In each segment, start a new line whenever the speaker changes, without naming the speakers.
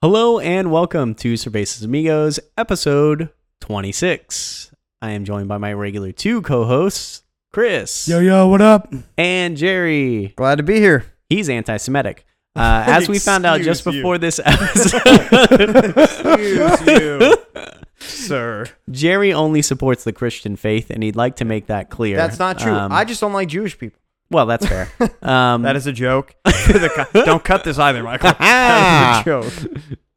Hello and welcome to Cervezas Amigos, episode 26. I am joined by my regular two co hosts, Chris
Yo, yo, what up?
and Jerry.
Glad to be here.
He's anti Semitic. Uh, as we found out just
Excuse you.
before this episode,
Sir.
Jerry only supports the Christian faith, and he'd like to make that clear.
That's not true.
Um,
I just don't like Jewish people.
well, that's fair. Um,
That is a joke. Don't cut this either, Michael.
ah,
Joke.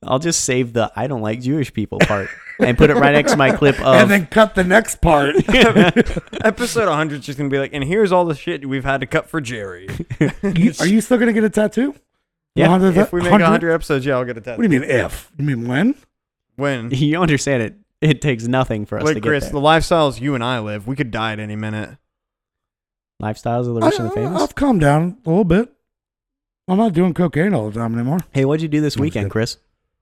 I'll just save the I don't like Jewish people part and put it right next to my clip of
and then cut the next part.
Ah. Episode 100 is just going to be like, and here's all the shit we've had to cut for Jerry.
You- are you still going to get a tattoo?
Yeah,
100
If we make 100 episodes, yeah, I'll get a
What do
tattoo.
you mean if? You mean when?
When?
you understand it. It takes nothing for us to
Like
get
Chris,
there.
the lifestyles you and I live, we could die at any minute.
Lifestyles of the rich
I-
and the famous.
Uh, I've calmed down a little bit. I'm not doing cocaine all the time anymore.
hey, what'd you do this
That was
weekend,
good.
Chris?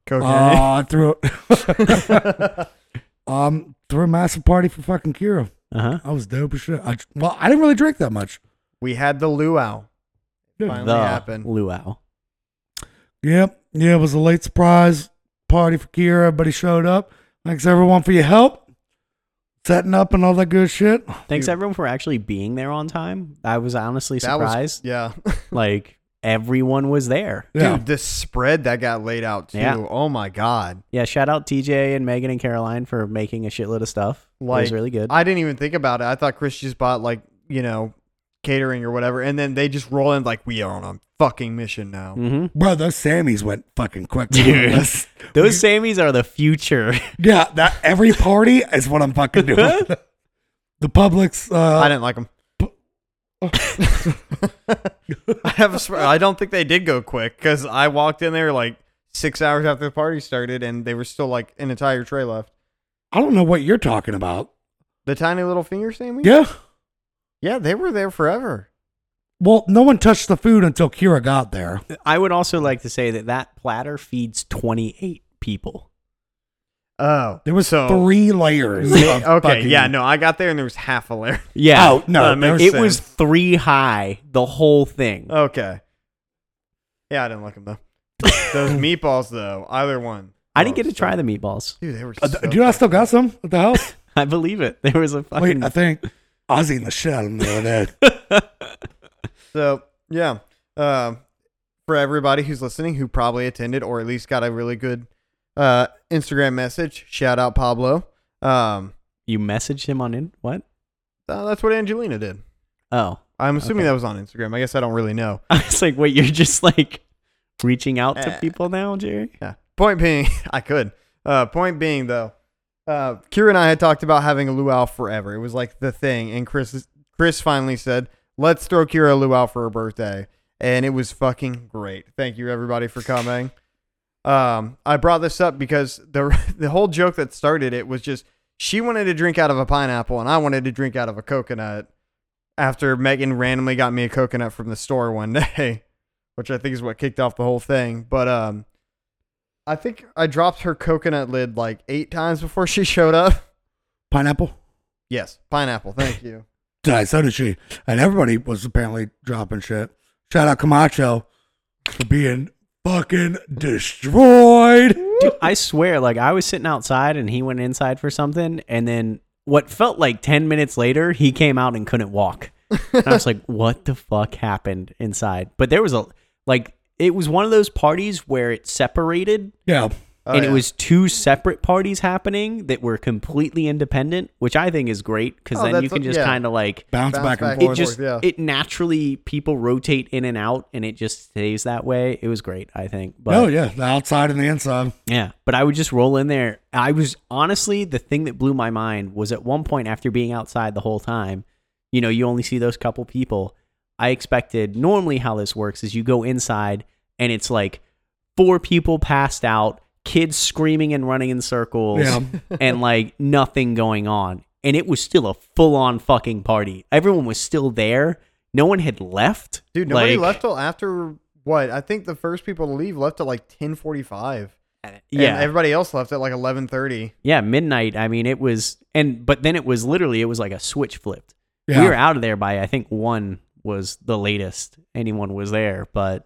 Cocaine.
Uh, I threw
Oh.
it. um, threw a massive party for fucking Kira.
Uh huh.
I was dope as shit. I, well, I didn't really drink that much.
we had the luau.
Dude.
Finally
The
happened.
luau.
Yep. Yeah, it was a late surprise party for Kira. Everybody showed up. Thanks everyone for your help, setting up and all that good shit.
Thanks
Dude.
everyone for actually being there on time. I was honestly
That was-
surprised.
Yeah.
Like everyone was there.
Yeah.
Dude, the spread that got laid out, too.
Yeah.
Oh, my God.
Yeah. Shout out TJ and Megan and Caroline for making a shitload of stuff. it
Like,
was really good.
I didn't even think about it. I thought Chris just bought like you know catering or whatever, and then they just roll in like we are on a fucking mission now.
hmm
Bro, those Sammys went fucking quick.
Dude.
That's-
Those Sammys are the future.
yeah, that every party is what I'm fucking doing. the Publix.
I
Uh,
didn't like them. I have a sp- I don't think they did go quick because I walked in there like six hours after the party started, and they were still like an entire tray left.
I don't know what you're talking about.
The tiny little finger sandwich.
Yeah.
yeah, they were there forever.
Well, no one touched the food until Kira got there.
I would also like to say that that platter feeds 28 people.
Oh,
There was
so
three layers. Of
Okay,
fucking-
yeah, no, I got there and there was half a layer.
Yeah. Uh,
Oh no,
That makes
there's-
it was three high, the whole thing.
Oh,
Okay. Yeah, I didn't like them though. Those meatballs though, either one.
I didn't get to
Oh,
try the meatballs.
Dude, they were.
Uh,
so
th- dude, I still got some at the house.
I believe it. There was a fucking
Wait, I think Ozzy in the shit out of me the other day.
So yeah, uh, for everybody who's listening, who probably attended or at least got a really good uh, Instagram message, shout out Pablo. Um,
You messaged him on in what?
uh, that's what Angelina did.
Oh,
I'm assuming
Okay.
that was on Instagram. I guess I don't really know.
I was like, wait, you're just like reaching out to
Eh.
people now, Jerry?
Yeah. Point being, I could. Uh, point being though, uh, Kira and I had talked about having a luau forever. It was like the thing, and Chris Chris finally said, "Let's throw Kira a luau for her birthday," and it was fucking great. Thank you everybody for coming. Um, I brought this up because the the whole joke that started it was just she wanted to drink out of a pineapple and I wanted to drink out of a coconut. After Megan randomly got me a coconut from the store one day, which I think is what kicked off the whole thing. But um, I think I dropped her coconut lid like eight times before she showed up.
Pineapple?
Yes, pineapple. Thank you.
Died, so did she. And everybody was apparently dropping shit. Shout out Camacho for being fucking destroyed.
Dude, I swear, like I was sitting outside and he went inside for something, and then what felt like ten minutes later, he came out and couldn't walk. And I was like, what the fuck happened inside? But there was a like it was one of those parties where it separated
Yeah.
Oh,
and
yeah.
it was two separate parties happening that were completely independent, which I think is great because
Oh,
then you
that's-
can just
yeah.
kind of like
Bounce,
Bounce
back,
back.
and
it
forth.
Forward,
just
forward, yeah.
it naturally people rotate in and out and it just stays that way. It was great, I think. But
Oh, yeah. The outside and the inside.
yeah, but I would just roll in there. I was honestly the thing that blew my mind was at one point after being outside the whole time, you know, you only see those couple people. I expected normally how this works is you go inside and it's like four people passed out, kids screaming and running in circles,
Yeah.
and like nothing going on. And it was still a full on fucking party. Everyone was still there. No one had left.
dude. Nobody
Like,
left till after what? I think the first people to leave left at like ten forty five.
Yeah.
everybody else left at like eleven thirty.
yeah, midnight. I mean, it was, and but then it was literally it was like a switch flipped.
Yeah.
We were out of there by I think one was the latest anyone was there, but but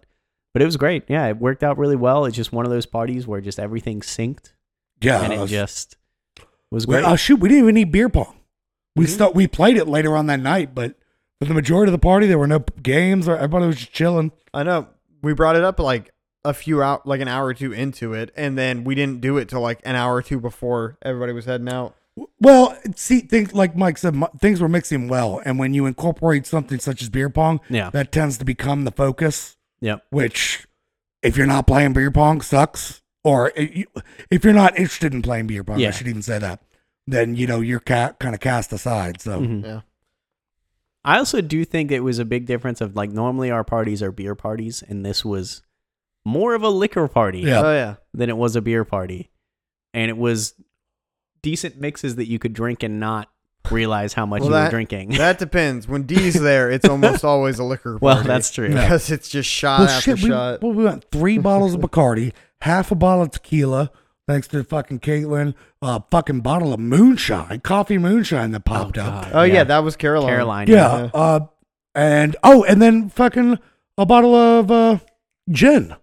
But it was great. Yeah, it worked out really well. It's just one of those parties where just everything synked
Yeah.
and
it
it
was-
just was
we,
great.
oh shoot, we didn't even need beer pong. We stu- we played it later on that night, but for the majority of the party, there were no p- games or everybody was just chilling.
I know we brought it up like a few out, like an hour or two into it, and then we didn't do it till like an hour or two before everybody was heading out.
Well, see, things like Mike said, mu- things were mixing well, and when you incorporate something such as beer pong,
Yeah.
that tends to become the focus.
Yep.
Which, if you're not playing beer pong, sucks. Or i- you- if you're not interested in playing beer pong, I
Yeah.
should even say that. Then you know you're ca- kind of cast aside. So
Mhm.
Yeah.
I also do think it was a big difference of like normally our parties are beer parties and this was more of a liquor party
Yeah.
Oh yeah.
than it was a beer party. And it was decent mixes that you could drink and not realize how much
Well,
you
that-
were drinking.
That depends. When D's there, it's almost always a liquor.
well,
party.
that's true.
Yeah.
because it's just shot
well,
after
shit, we,
shot.
well, we went three bottles of Bacardi, half a bottle of tequila, thanks to fucking Caitlin, a fucking bottle of moonshine, coffee moonshine that
Oh,
popped up.
God.
oh yeah. that was Caroline.
Caroline.
Yeah, uh, and oh, and then fucking a bottle of uh, gin.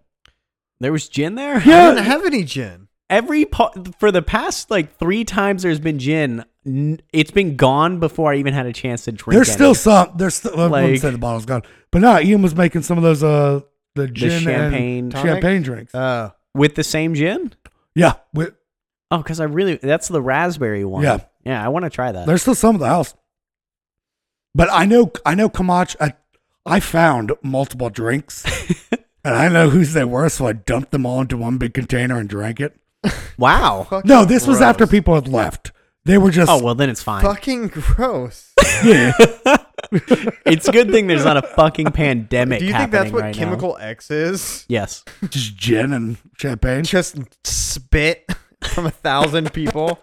There was gin there?
I
Yeah.
didn't have any gin.
Every pa- for the past like 3 times there's been gin. N- It's been gone before I even had a chance to drink
There's
any.
still some. There's still. I wouldn't
Like-
say the bottle's gone, but no, Ian was making some of those uh the gin and
champagne
tonic?
champagne drinks.
Uh,
with the same gin?
yeah, we,
Oh, cuz I really that's the raspberry one.
Yeah.
Yeah, I want to try that.
there's still some at the house. But I know, I know, Kamach. I, I found multiple drinks, and I know whose they were, so I dumped them all into one big container and drank it.
wow.
fucking
No, this was after
gross.
people had left. They were just
Oh, well then it's fine.
Fucking gross.
yeah.
It's a good thing there's not a fucking pandemic.
Do you think that's
happening
what
right now.
chemical X is?
Yes.
just gin and champagne.
Just spit from a thousand people.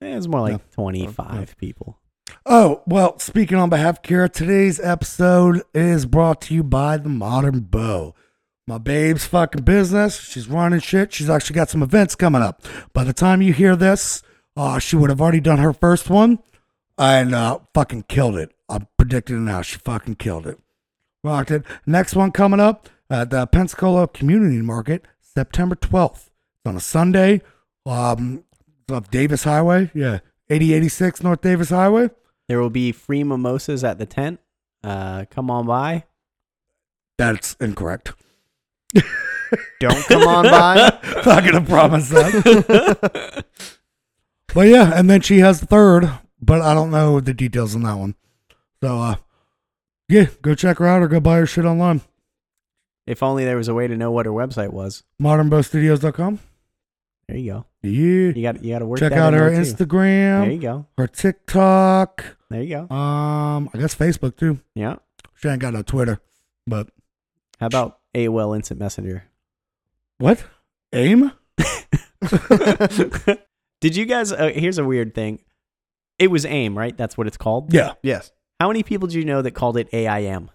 Eh, It's more like 25 people.
Oh, well, speaking on behalf of Kira, today's episode is brought to you by The Modern Bow. My babe's fucking business. She's running shit. She's actually got some events coming up. By the time you hear this, uh, she would have already done her first one and uh, fucking killed it. I'm predicting it now. She fucking killed it. Rocked it. Next one coming up at the Pensacola Community Market, September 12th. It's on a Sunday. Um, it's off Davis Highway. Yeah. 8086 North Davis Highway.
There will be free mimosas at the tent. Uh, come on by.
That's incorrect.
Don't come on by.
Not gonna promise that. but yeah, and then she has the third, but I don't know the details on that one. So uh yeah, go check her out or go buy her shit online.
If only there was a way to know what her website was.
Modernbowstudios.com.
There you go.
Yeah.
You got you got to work
Check
that
out
in
her
there, too. There you
Instagram,
go.
her TikTok,
There you go.
um, I guess Facebook too.
Yeah.
She ain't got no Twitter. But
How about AOL Instant Messenger?
what? AIM?
Did you guys? Uh, here's a weird thing. It was AIM, right? That's what it's called.
Yeah.
yes.
How many people do you know that called it AIM?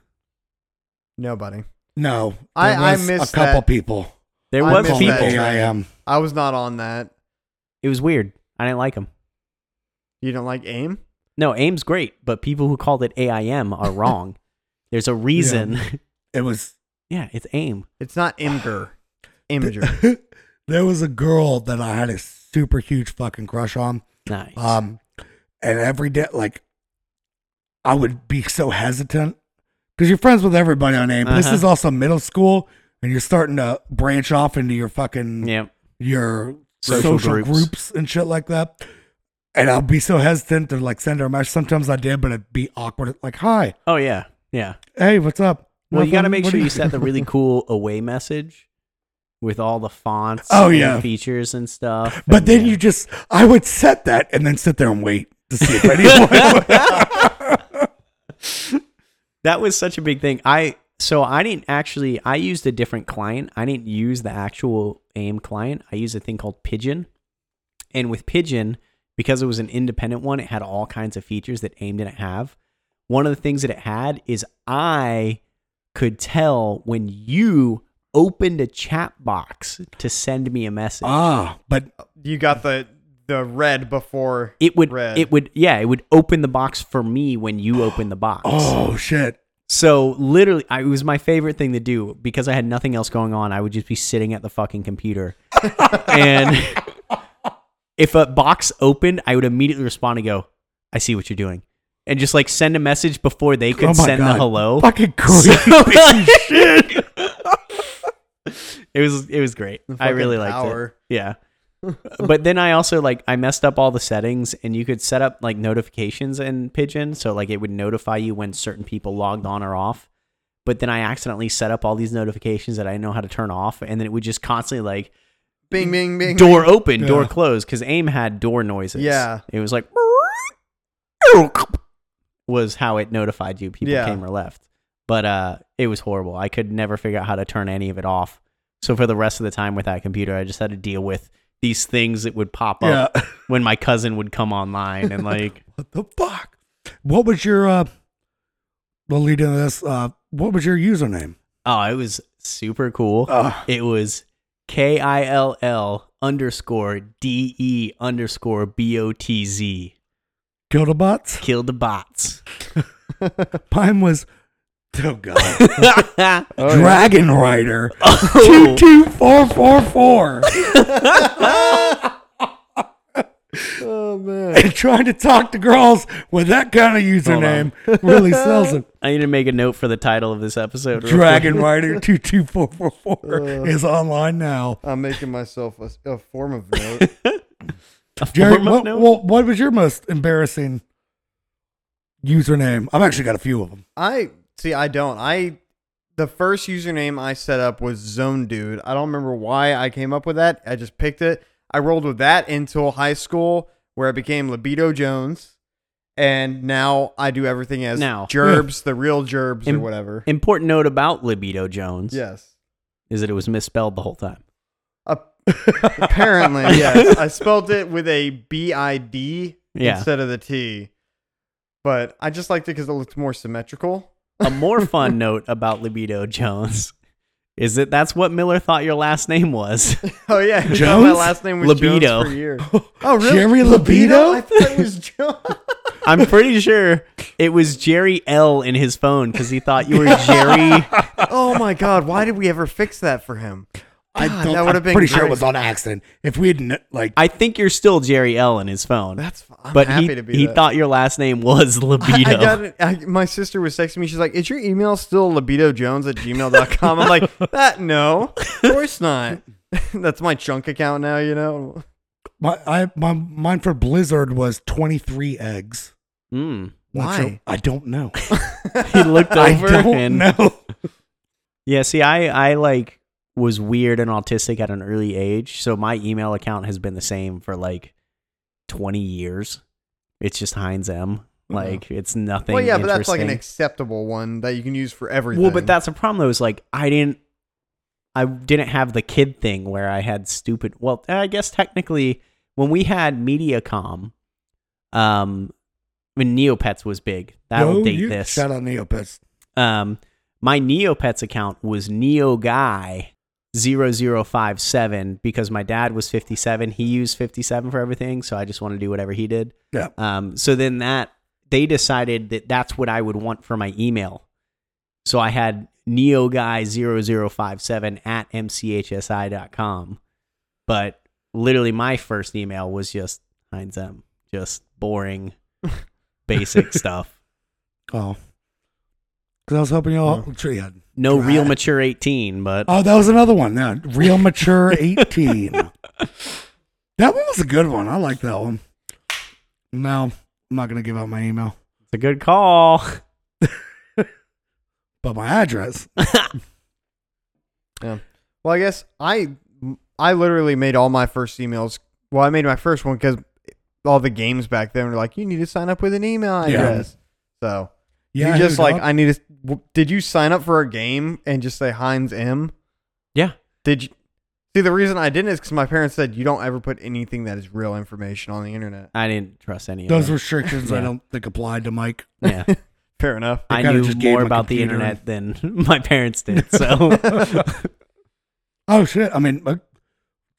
Nobody.
No.
I-
There
I
was
missed
a couple
that.
people.
There
I
was
missed
calling it
people.
that.
AIM.
I was not on that.
It was weird. I didn't like them.
You don't like aim?
No, AIM's great, but people who called it AIM are wrong. There's a reason. Yeah.
It was
it's AIM.
It's not Imger. Imager.
there was a girl that I had a super huge fucking crush on.
Nice.
Um, and every day, like, I would be so hesitant because you're friends with everybody on AIM. but This
Uh-huh.
is also middle school, and you're starting to branch off into your fucking
yeah.
your social,
Social
groups.
groups.
and shit like that. And I'll be so hesitant to like send her a message. Sometimes I did, but it'd be awkward. Like, hi,
Oh yeah. Yeah.
hey, what's up?
Well, you got to
Nothing.
make
What
sure
do
you set the really cool away message with all the fonts.
Oh,
and
yeah.
features and stuff.
But
and,
then
yeah.
you just, I would set that and then sit there and wait to see if anyone.
that was such a big thing. I so I didn't actually I used a different client. I didn't use the actual AIM client. I used a thing called Pigeon. And with Pigeon, because it was an independent one, it had all kinds of features that AIM didn't have. One of the things that it had is I could tell when you opened a chat box to send me a message.
ah, but
You got the the red before
it would
red.
it would yeah, it would open the box for me when you opened the box.
oh shit.
So literally, I, it was my favorite thing to do because I had nothing else going on. I would just be sitting at the fucking computer, and if a box opened, I would immediately respond and go, "I see what you're doing," and just like send a message before they could
Oh my
send
God.
the hello.
Fucking
So,
creepy.
like- it was it was great. I really liked it. Yeah. but then I also like I messed up all the settings and you could set up like notifications in Pigeon so like it would notify you when certain people logged on or off. But then I accidentally set up all these notifications that I didn't know how to turn off and then it would just constantly like
Bing, bing, bing.
door open, door
Yeah.
close cuz AIM had door noises.
Yeah.
It was like was how it notified you people
Yeah.
came or left. But uh it was horrible. I could never figure out how to turn any of it off. So for the rest of the time with that computer, I just had to deal with these things that would pop
yeah.
up when my cousin would come online and like
What the fuck? What was your uh the lead into this? Uh what was your username?
oh, it was super cool.
Uh,
It was K I L L underscore D E underscore B O T Z.
Kill the bots?
Kill the bots.
Mine was Oh god.
Oh, yeah.
Dragon Rider two
Oh.
two four four four.
Oh, man.
And trying to talk to girls with that kind of username really sells it.
I need to make a note for the title of this episode. real quick.
Dragon Rider two two four four
Uh.
four is online now.
I'm making myself a, a form of note.
A form
Jerry,
of
what,
note?
well, what was your most embarrassing username? I've actually got a few of them.
I see. I don't. I the first username I set up was Zone Dude. I don't remember why I came up with that. I just picked it. I rolled with that until high school, where I became Libido Jones, and now I do everything as
Now.
Gerbs, the real Gerbs or
Im-
whatever.
Important note about Libido Jones
yes.
is that it was misspelled the whole time.
Uh, apparently, yes. I spelled it with a B I D
Yeah.
instead of the T, but I just liked it because it looked more symmetrical.
A more fun note about Libido Jones is that that's what Miller thought your last name was.
Oh yeah, I thought My
Jones?
last name was
Libido.
Jones for years. Oh really?
Jerry Libido?
I thought it was Jones.
I'm pretty sure it was Jerry L in his phone because he thought you were Jerry.
oh my God! Why did we ever fix that for him? God, that
I'm
would've been
pretty sure it
great.
was on accident. If we didn't like,
I think you're still Jerry L in his phone.
That's. fi- I'm
but
happy
he,
to be.
he
that.
thought your last name was
I,
Libido.
I got it. I, my sister was texting me. She's like, "Is your email still libidojones at gmail.com?" I'm like, "That no, of course not. That's my junk account now. You know."
my, I my mine for Blizzard was twenty three eggs.
Mm.
Not
Why?
sure- I don't know.
He looked
I
over
don't
and
know.
Yeah, see, I I like was weird and autistic at an early age, so my email account has been the same for like twenty years. It's just Heinz M. Like it's nothing.
Well, yeah, but that's like an
interesting.
acceptable one that you can use for everything.
well, but that's a problem though. Is like I didn't, I didn't have the kid thing where I had stupid. Well, I guess technically when we had MediaCom, um, when Neopets was big, that'll
No,
date
you-
this.
Shout out Neopets.
um, my Neopets account was NeoGuy 0057 because my dad was 57. He used 57 for everything, so I just want to do whatever he did.
Yeah.
Um, so then that they decided that that's what I would want for my email. So I had neoguy0057 at mchsi.com. But literally my first email was just Heinz M, just boring, basic stuff.
Oh, because I was hoping y'all. Yeah.
No
Right.
real mature 18, but
Oh, that was another one. Yeah, real mature eighteen. that one was a good one. I like that one. No, I'm not gonna give out my email,
it's a good call.
but my address.
Well, I guess I I literally made all my first emails. Well, I made my first one because all the games back then were like, you need to sign up with an email
Yeah.
address. So
Yeah,
you just
here,
like,
dog.
I need to. w- Did you sign up for a game and just say Heinz M?
Yeah.
Did you? See, the reason I didn't is because my parents said you don't ever put anything that is real information on the internet.
I didn't trust any of
those
them.
restrictions. I
Yeah.
don't think applied to Mike.
Yeah.
Fair enough.
I
kinda
knew
just gave
more
him a
about the
computer
internet than my parents did. So
Oh shit! I mean, uh,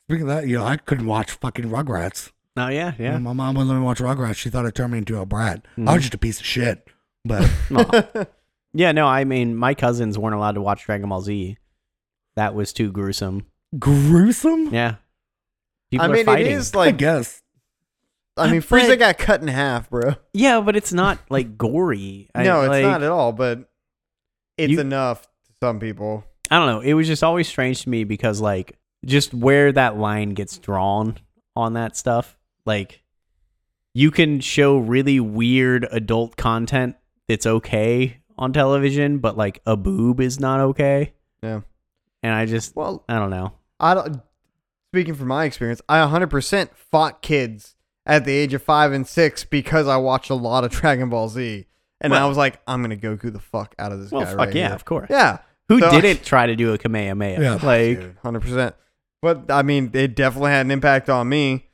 speaking of that, you know, I couldn't watch fucking Rugrats.
Oh yeah,
You know,
Mm.
yeah. Mm.
my mom wouldn't let me watch Rugrats. She thought it turned me into a brat. I was just a piece of shit. But
Aw. Yeah, no, I mean, my cousins weren't allowed to watch Dragon Ball Z. That was too gruesome.
Gruesome?
Yeah. People
I
are
mean, it
fighting.
is
I
like
guess.
I mean,
But-
Frieza got cut in half, bro.
Yeah, but it's not like gory. I,
no, it's
like,
not at all, but it's
You-
enough to some people.
I don't know. It was just always strange to me because like just where that line gets drawn on that stuff, like you can show really weird adult content that's okay on television, but like a boob is not okay.
Yeah.
And I just
Well,
I don't know.
I don't. Speaking from my experience, I 100% fought kids at the age of five and six because I watched a lot of Dragon Ball Z, and I
Well-
was like, I'm gonna Goku the fuck out of this
Well,
guy
fuck
right
yeah,
here.
of course.
Yeah,
Who
So-
didn't try to do a Kamehameha?
Yeah.
Like,
hundred percent. But I mean, it definitely had an impact on me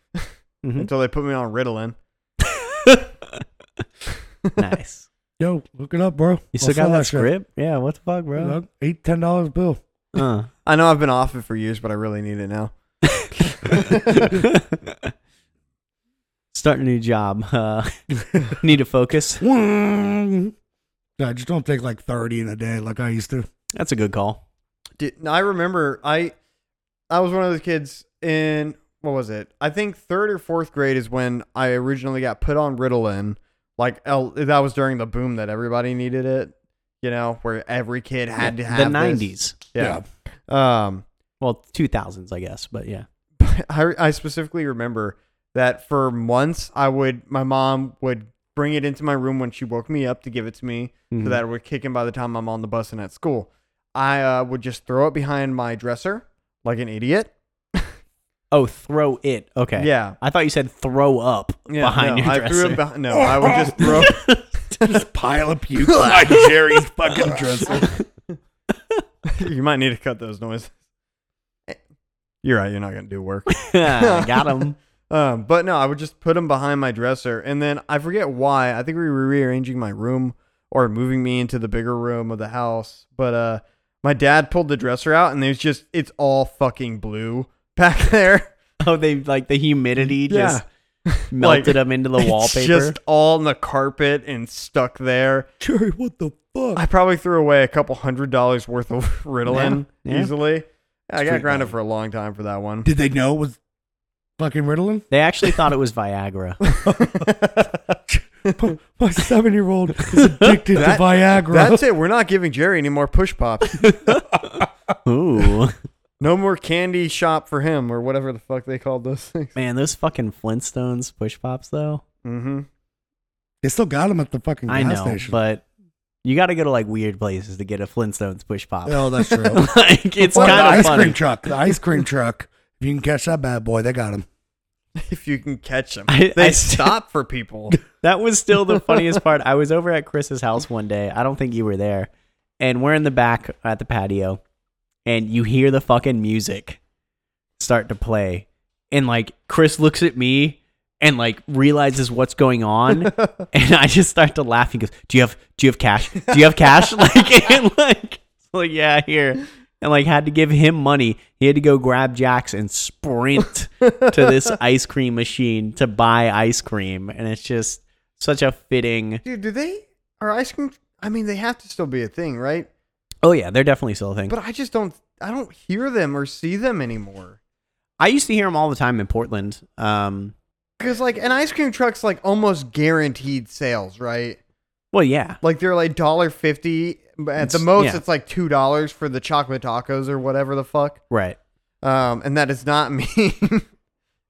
Mhm.
until they put me on Ritalin.
nice.
Yo, look it up, bro.
You
I'll
still
sell
got that
shit.
script? Yeah, what the fuck, bro?
Look, Eight, ten dollars bill.
Uh.
I know I've been off it for years, but I really need it now.
Start a new job. Uh, need to focus.
Wang. I just don't take like 30 in a day like I used to.
That's a good call.
Dude, I remember I I was one of those kids in what was it? I think third or fourth grade is when I originally got put on Ritalin. Like el- that was during the boom that everybody needed it. You know, where every kid had to
Yeah,
have
the
this.
nineties.
Yeah. Um,
Well, two thousands, I guess, but yeah.
I, I specifically remember that for months I would my mom would bring it into my room when she woke me up to give it to me
Mhm.
so that it would kick in by the time I'm on the bus and at school. I uh, would just throw it behind my dresser like an idiot.
Oh, throw it. Okay.
Yeah.
I thought you said throw up
Yeah,
behind
no,
your
I threw
dresser.
it behi- no, I would just throw
Just pile of puke on Jerry's fucking dresser.
You might need to cut those noises. You're right, you're not going to do work.
Got him.
Um, but no, I would just put them behind my dresser, and then I forget why. I think we were rearranging my room or moving me into the bigger room of the house. But uh, my dad pulled the dresser out, and there's just it's all fucking blue back there.
Oh, they like the humidity just melted
Like,
them into the
It's
wallpaper.
just all on the carpet and stuck there.
Jerry, what the fuck?
I probably threw away a couple hundred dollars worth of Ritalin
Yeah, yeah.
easily. I got
Street
grounded
value.
for a long time for that one.
Did they know it was fucking Ritalin?
they actually thought it was Viagra.
My- My seven year old is addicted
That-
to Viagra.
That's it. We're not giving Jerry any more push pops.
Ooh.
No more candy shop for him or whatever the fuck they called those things.
Man, those fucking Flintstones push pops though.
Mm-hmm.
they still got him at the fucking
Mm,
gas
I know,
station.
but you got to go to like weird places to get a Flintstones push pop.
oh, that's true. Or
like it's
the
kind of
ice
funny.
cream truck. The ice cream truck. If you can catch that bad boy, they got him.
If you can catch them,
I-
they
I-
stop for people.
That was still the funniest part. I was over at Chris's house one day. I don't think you were there. And we're in the back at the patio, and you hear the fucking music start to play. And like Chris looks at me and like realizes what's going on. and I just start to laugh. He goes, Do you have do you have cash? Do you have cash? like and like it's like yeah, here. And like had to give him money. He had to go grab Jack's and sprint to this ice cream machine to buy ice cream. And it's just such a fitting
Dude, do they are ice cream? I mean, they have to still be a thing, right?
Oh yeah, they're definitely still a thing.
But I just don't. I don't hear them or see them anymore.
I used to hear them all the time in Portland. Um
Cause like an ice cream truck's like almost guaranteed sales, right?
well yeah.
Like they're like dollar fifty. At the
It's-
most,
yeah.
it's like two dollars for the chocolate tacos or whatever the fuck.
Right.
Um, and that does not mean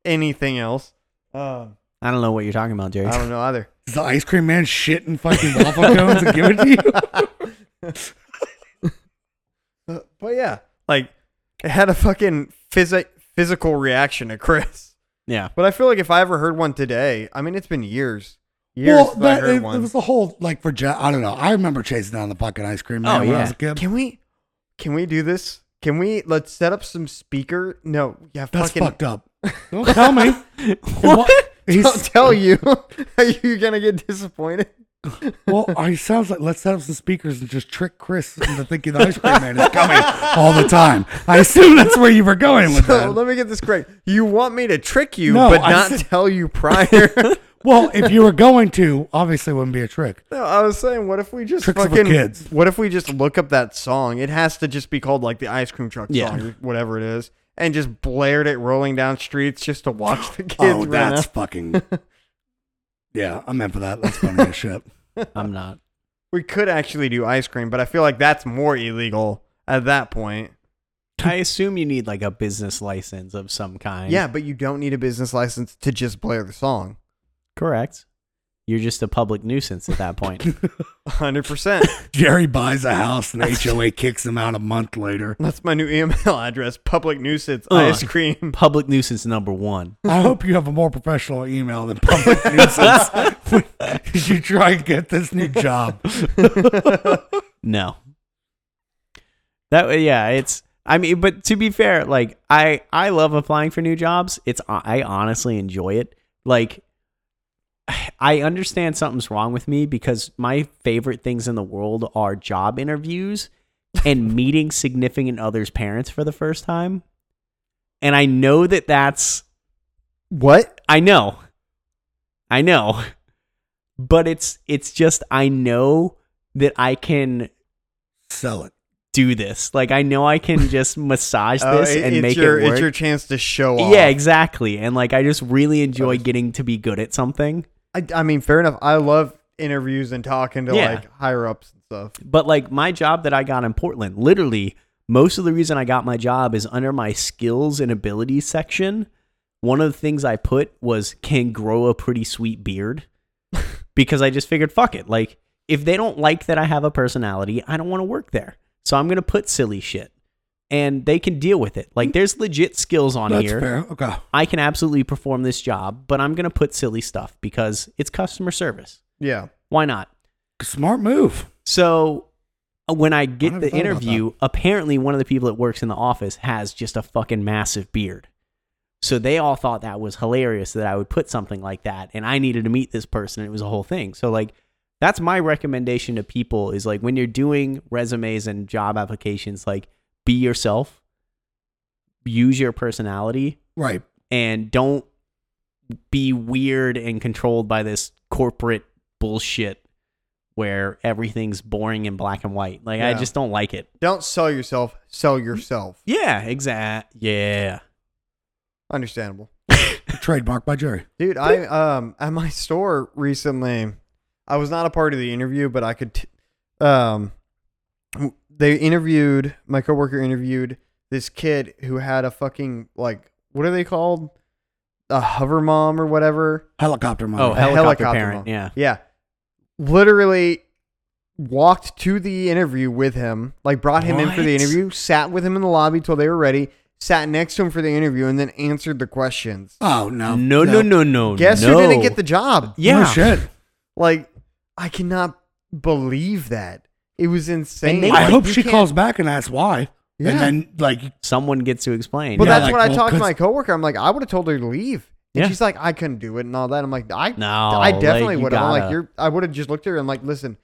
anything else. Um,
I don't know what you're talking about, Jerry.
I don't know either.
Is the ice cream man shitting fucking waffle cones and giving it to you?
Uh, but yeah, like it had a fucking phys- physical reaction to Chris.
Yeah.
But I feel like if I ever heard one today, I mean, it's been years, years
Well,
that I
that,
heard
it, it
one.
was the whole like for Jack. I don't know. I remember chasing down the fucking ice cream man
Oh,
when I
yeah.
was a kid.
Can we? Can we do this? Can we? Let's set up some speaker. No, yeah,
That's
fucking.
fucked up. Don't tell me.
What?
He's,
I'll tell you. Are you gonna get disappointed?
well, he sounds like let's set up some speakers and just trick Chris into thinking the ice cream man is coming all the time. I assume that's where you were going with
So
that.
let me get this straight. You want me to trick you,
No,
but
I
not
said-
tell you prior.
Well, if you were going to, obviously it wouldn't be a trick.
No, I was saying, what if we just
Tricks of the
fucking
kids.
What if we just look up that song? It has to just be called like the ice cream truck
Yeah.
song, whatever it is, and just blared it rolling down streets just to watch the kids.
oh,
run
that's
out.
fucking. Yeah, I'm in for that. That's funny as shit.
I'm not.
We could actually do ice cream, but I feel like that's more illegal at that point.
I assume you need like a business license of some kind.
Yeah, but you don't need a business license to just blare the song.
Correct. You're just a public nuisance at that point.
Hundred percent.
Jerry buys a house and HOA kicks him out a month later.
That's my new email address: public nuisance
Uh.
ice cream.
public nuisance number one.
I hope you have a more professional email than public nuisance when you try and get this new job.
No. That way, yeah, it's. I mean, but to be fair, like I, I love applying for new jobs. It's I honestly enjoy it. Like, I understand something's wrong with me because my favorite things in the world are job interviews and meeting significant others' parents for the first time. And I know that that's
What?
I know. I know. But it's it's just I know that I can
Sell it.
do this. Like I know I can just massage this
Oh, it-
and
it's
make
your,
it work.
It's your chance to show off.
yeah, exactly. And like I just really enjoy getting to be good at something.
I, I mean, fair enough. I love interviews and talking to
Yeah.
like higher ups and stuff.
But like my job that I got in Portland, literally most of the reason I got my job is under my skills and abilities section. One of the things I put was can grow a pretty sweet beard because I just figured fuck it. Like if they don't like that I have a personality, I don't want to work there. So I'm going to put silly shit and they can deal with it. Like there's legit skills on
That's
here.
fair. Okay.
I can absolutely perform this job, but I'm going to put silly stuff because it's customer service.
Yeah.
Why not?
Smart move.
So uh, when I
I
get
never
the
thought about
interview, apparently one of the people that works in the office has just a fucking massive beard. So they all thought that was hilarious that I would put something like that and I needed to meet this person. It was a whole thing. So like that's my recommendation to people is like when you're doing resumes and job applications, like be yourself, use your personality,
Right.
and don't be weird and controlled by this corporate bullshit where everything's boring and black and white. Like I
Yeah.
just don't like it.
Don't sell yourself. Sell yourself.
Yeah, exact. Yeah.
Understandable.
Trademark by Jerry.
Dude, I um at my store recently, I was not a part of the interview, but I could t- um w- they interviewed my coworker interviewed this kid who had a fucking like what are they called? A hover mom or whatever.
Helicopter money.
Oh,
A
helicopter
helicopter
parent,
mom.
yeah.
Yeah. Literally walked to the interview with him, like brought him in for the
What?
interview, sat with him in the lobby till they were ready, sat next to him for the interview, and then answered the questions.
Oh, no.
No, no, no, no.
Guess
Oh, no.
who didn't get the job?
Yeah.
No shit.
Like, I cannot believe that. It was insane.
And they-
I
Like,
hope
you
she
can't-
calls back and asks why.
Yeah.
And then, like,
Someone gets to explain.
Well,
Yeah,
that's
like,
what I
well,
talked to
'cause-
my coworker. I'm like, I would have told her to leave. And
Yeah.
she's like, I couldn't do it and all that. I'm like, I
No,
I
like,
definitely
you
would have. I'm like,
gotta-
you're I would have just looked at her and like, listen,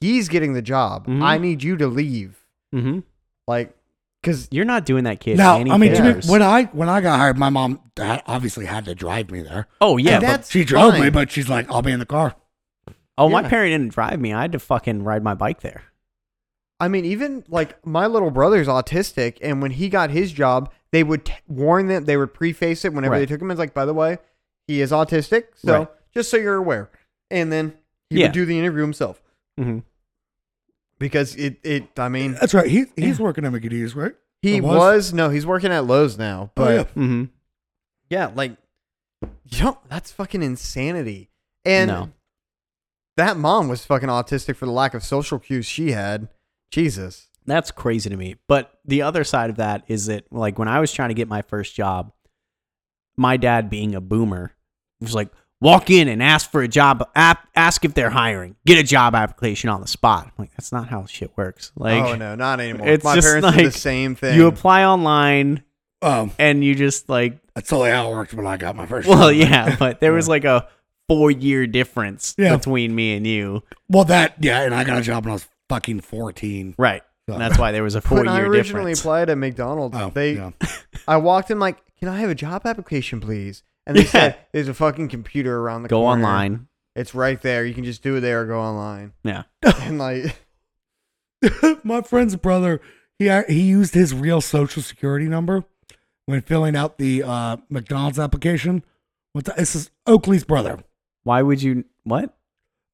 he's getting the job.
Mhm.
I need you to leave.
hmm
Like, cause
You're not doing that kid.
now,
any
I mean, to me,
favors.
when I when I got hired, my mom had, obviously had to drive me there.
oh yeah,
And
but,
that's
She drove me,
fine.
but she's like, "I'll be in the car."
oh my
yeah.
parent didn't drive me. I had to fucking ride my bike there.
I mean, even like my little brother's autistic, and when he got his job, they would t- warn them. They would preface it whenever
Right.
they took him. It's like, by the way, he is autistic, so
Right.
just so you're aware. And then he
Yeah.
would do the interview himself Mm-hmm.
hmm
because it. It. I mean,
That's right. He he's working at McGee's, right?
he
Or
was? no, he's working at Lowe's now,
Oh,
but
yeah.
hmm
yeah. like you don't. That's fucking insanity. And
No.
that mom was fucking autistic for the lack of social cues she had. Jesus.
That's crazy to me. But the other side of that is that, like, when I was trying to get my first job, my dad, being a boomer, was like, walk in and ask for a job, app, ask if they're hiring, get a job application on the spot. I'm like, that's not how shit works. Like,
oh no, not anymore.
it's
my
just
parents did
like,
the same thing.
you apply online
Um,
and you just, like,
that's totally how it worked when I got my first.
well,
job.
yeah, but there was like a four year difference
Yeah.
between me and you.
Well, that yeah, and I got a job when I was fucking fourteen.
Right. And that's why there was a four
when I
year
originally
difference.
applied at McDonald's,
Oh,
they
yeah.
I walked in like, "Can I have a job application, please?" And they
Yeah.
said there's a fucking computer around the
Go
corner.
online.
It's right there. You can just do it there or go online.
Yeah.
and like
my friend's brother he he used his real social security number when filling out the uh, McDonald's application. What the- This is Oakley's brother.
Why would you? What?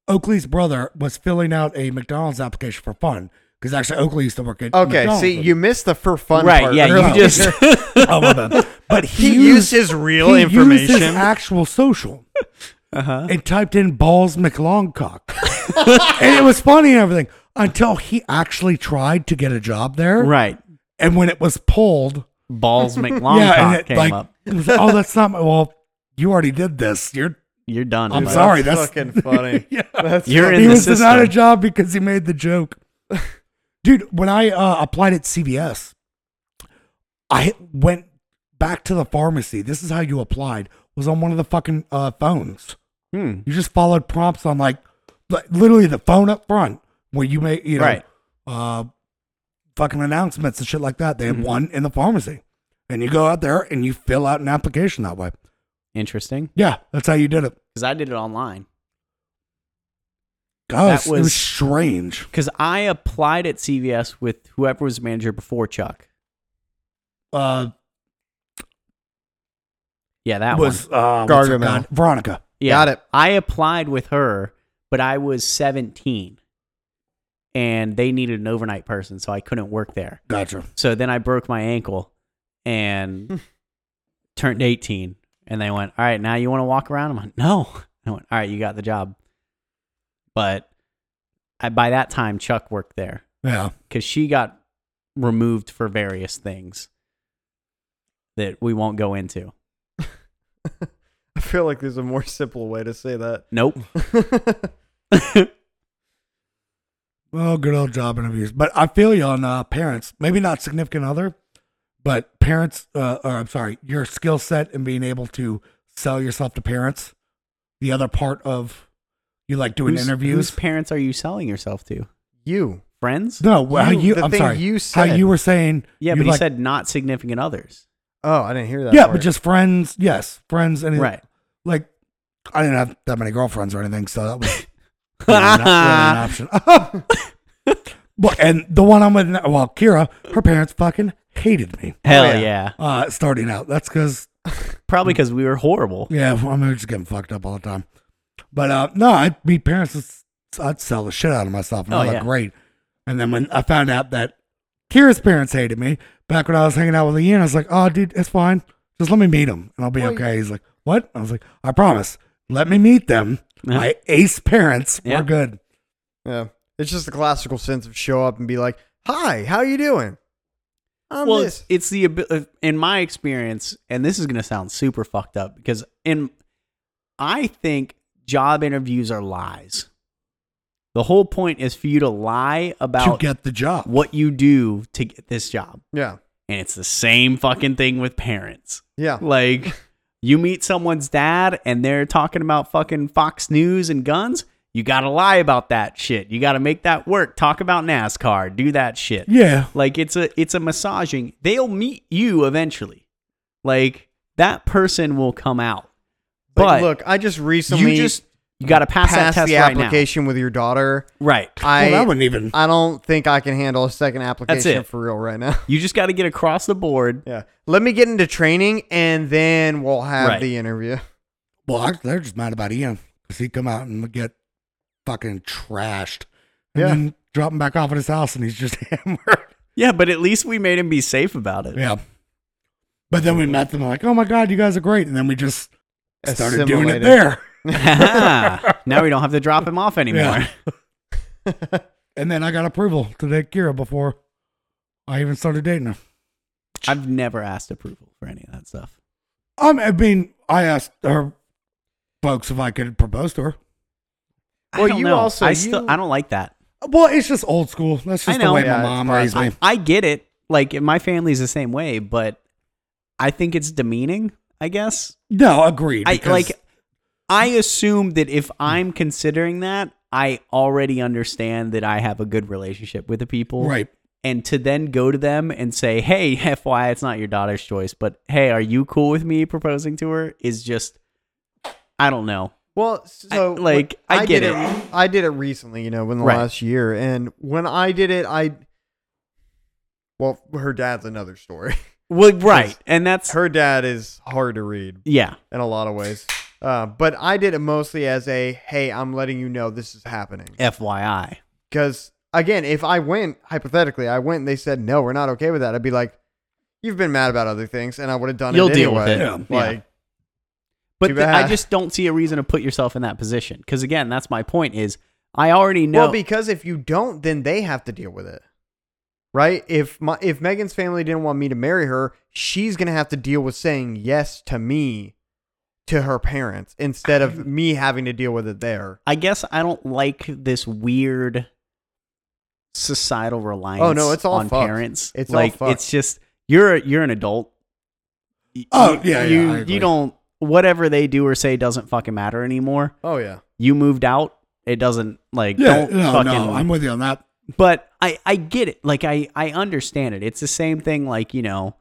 Oakley's brother was filling out a McDonald's application for fun because actually Oakley used to work at
Okay,
McDonald's
see,
with-
you missed the for fun
right.
part.
yeah.
earlier.
You just.
oh, my bad. But he,
He used his real
he
information.
used his actual social
uh-huh.
and typed in balls McLongcock, and it was funny and everything until he actually tried to get a job there.
Right.
And when it was pulled,
Balls McLongcock
yeah, and it,
came
like,
up.
it was, oh, that's not my. Well, you already did this. You're
You're done.
I'm
bud.
sorry. that's-
fucking funny.
yeah.
That's
You're
fucking-
in
he
the
was denied a
system.
job because he made the joke. Dude, when I uh, applied at CVS, I went back to the pharmacy. This is how you applied. Was on one of the fucking uh, phones.
Hmm.
You just followed prompts on like, li- literally the phone up front where you may you know
Right.
uh, fucking announcements and shit like that. They
Mm-hmm.
had one in the pharmacy, and you go out there and you fill out an application that way.
Interesting.
Yeah, that's how you did it.
Because I did it online.
Gosh, it was
was-
strange.
Because I applied at CVS with whoever was manager before Chuck.
Uh,
Yeah, that
was
one.
uh, what's her
Gargamel.
god- Veronica.
Yeah.
Got it.
I applied with her, but I was 17 and they needed an overnight person, so I couldn't work there.
Gotcha.
So then I broke my ankle
Hmm.
and turned 18. And they went, All right, now you want to walk around? I'm like, No. I went, All right, you got the job. But I, by that time, Chuck worked there
Yeah.
because she got removed for various things that we won't go into.
I feel like there's a more simple way to say that.
Nope.
Hmm. Well, good old job interviews. But I feel you on uh, parents. Maybe not significant other, but parents. Uh, or I'm sorry, your skill set and being able to sell yourself to parents. The other part of you like doing
Whose- Whose
interviews.
parents are you selling yourself to?
you.
Friends?
no, well, how
You-
you?
the
I'm
thing
sorry.
you
how
said.
you were saying?
Yeah,
you
but he
like-
said not significant others.
Oh, I didn't hear that.
Yeah,
part.
but just friends. Yes, friends. And
Right.
Like, I didn't have that many girlfriends or anything, so that was really not really an option. but and the one I'm with, now- well, Kira, her parents fucking hated me
Hell
yeah.
yeah.
uh, starting out. That's because
Probably because we were horrible.
yeah, well, I'm just getting fucked up all the time. But uh, no, I meet parents. it's- I'd sell the shit out of myself, and
Oh,
I look
yeah.
great. And then when I found out that Kira's parents hated me back when I was hanging out with Ian, I was like, "Oh, dude, it's fine. Just let me meet them, and I'll be
Well,
okay." He's like, "What?" I was like, "I promise. Let me meet them. My ace parents.
Yeah.
We're good."
yeah. It's just the classical sense of show up and be like, "Hi, how you doing?" I'm
well,
this.
it's, it's the abi- uh, in my experience, and this is going to sound super fucked up because in I think job interviews are lies. The whole point is for you to lie
to
about
get the job.
what you do to get this job,
Yeah,
and it's the same fucking thing with parents.
yeah.
Like you meet someone's dad and they're talking about fucking Fox News and guns, you got to lie about that shit. You got to make that work. Talk about NASCAR, do that shit.
Yeah.
Like it's a it's a massaging. They'll meet you eventually. Like that person will come out. But
Like, look, I just recently
you just you got to pass, that
passed
test
the
right
application with your daughter.
now. Right.
I
well, that wouldn't even.
I don't think I can handle a second application
it.
for real right now.
You just got to get across the board.
Yeah. Let me get into training and then we'll have
Right.
the interview.
Well, I, they're just mad about Ian because he come out and get fucking trashed, and
Yeah.
then drop him back off at his house, and he's just hammered.
Yeah, but at least we made him be safe about it.
Yeah. But then we met them like, oh my god, you guys are great, and then we just started doing it
Assimilated.
there.
now we don't have to drop him off anymore.
Yeah. And then I got approval to date Kira before I even started dating her.
I've never asked approval for any of that stuff.
Um, I mean, I asked her folks if I could propose to her.
I
Well,
don't
you
know.
also-
I still
you-
I don't like that.
Well, it's just old school. That's
I
just the
know.
way
Yeah,
my
it's
mom
probably-
raised me.
I, I get it. Like my family's the same way, but I think it's demeaning. I guess.
No, agreed.
I
because-
like. I assume that if I'm considering that, I already understand that I have a good relationship with the people,
right.
and to then go to them and say, "Hey, FY, it's not your daughter's choice, but hey, are you cool with me proposing to her?" is just I don't know.
Well, so
like,
when-
I get
did
it.
I did it recently, you know, within the
Right.
last year, and when I did it, I. Well, her dad's another story.
Well, right. And that's
Her dad is hard to read
yeah.
in a lot of ways, uh, but I did it mostly as a hey, I'm letting you know this is happening.
FYI.
Because again, if I went hypothetically, I went and they said no, we're not okay with that. I'd be like, you've been mad about other things, and I would have done
You'll
it
deal with
anyway.
it.
Yeah.
Like,
But
Too
th- I
bad.
just don't see a reason to put yourself in that position cuz again, that's my point is I already know
Well, because if you don't, then they have to deal with it. Right? If my if Megan's family didn't want me to marry her, she's gonna have to deal with saying yes to me to her parents instead of me having to deal with it there.
I guess I don't like this weird societal reliance
Oh no, it's all
on
fucked.
parents.
It's all
like
fucked.
it's just you're you're an adult. Y-
Oh,
you,
yeah, yeah,
you
I agree.
you don't whatever they do or say doesn't fucking matter anymore.
Oh yeah.
You moved out, it doesn't like
Yeah,
don't
no,
fucking
no, I'm with you on that.
but I, I get it. Like I, I understand it. It's the same thing. Like you know,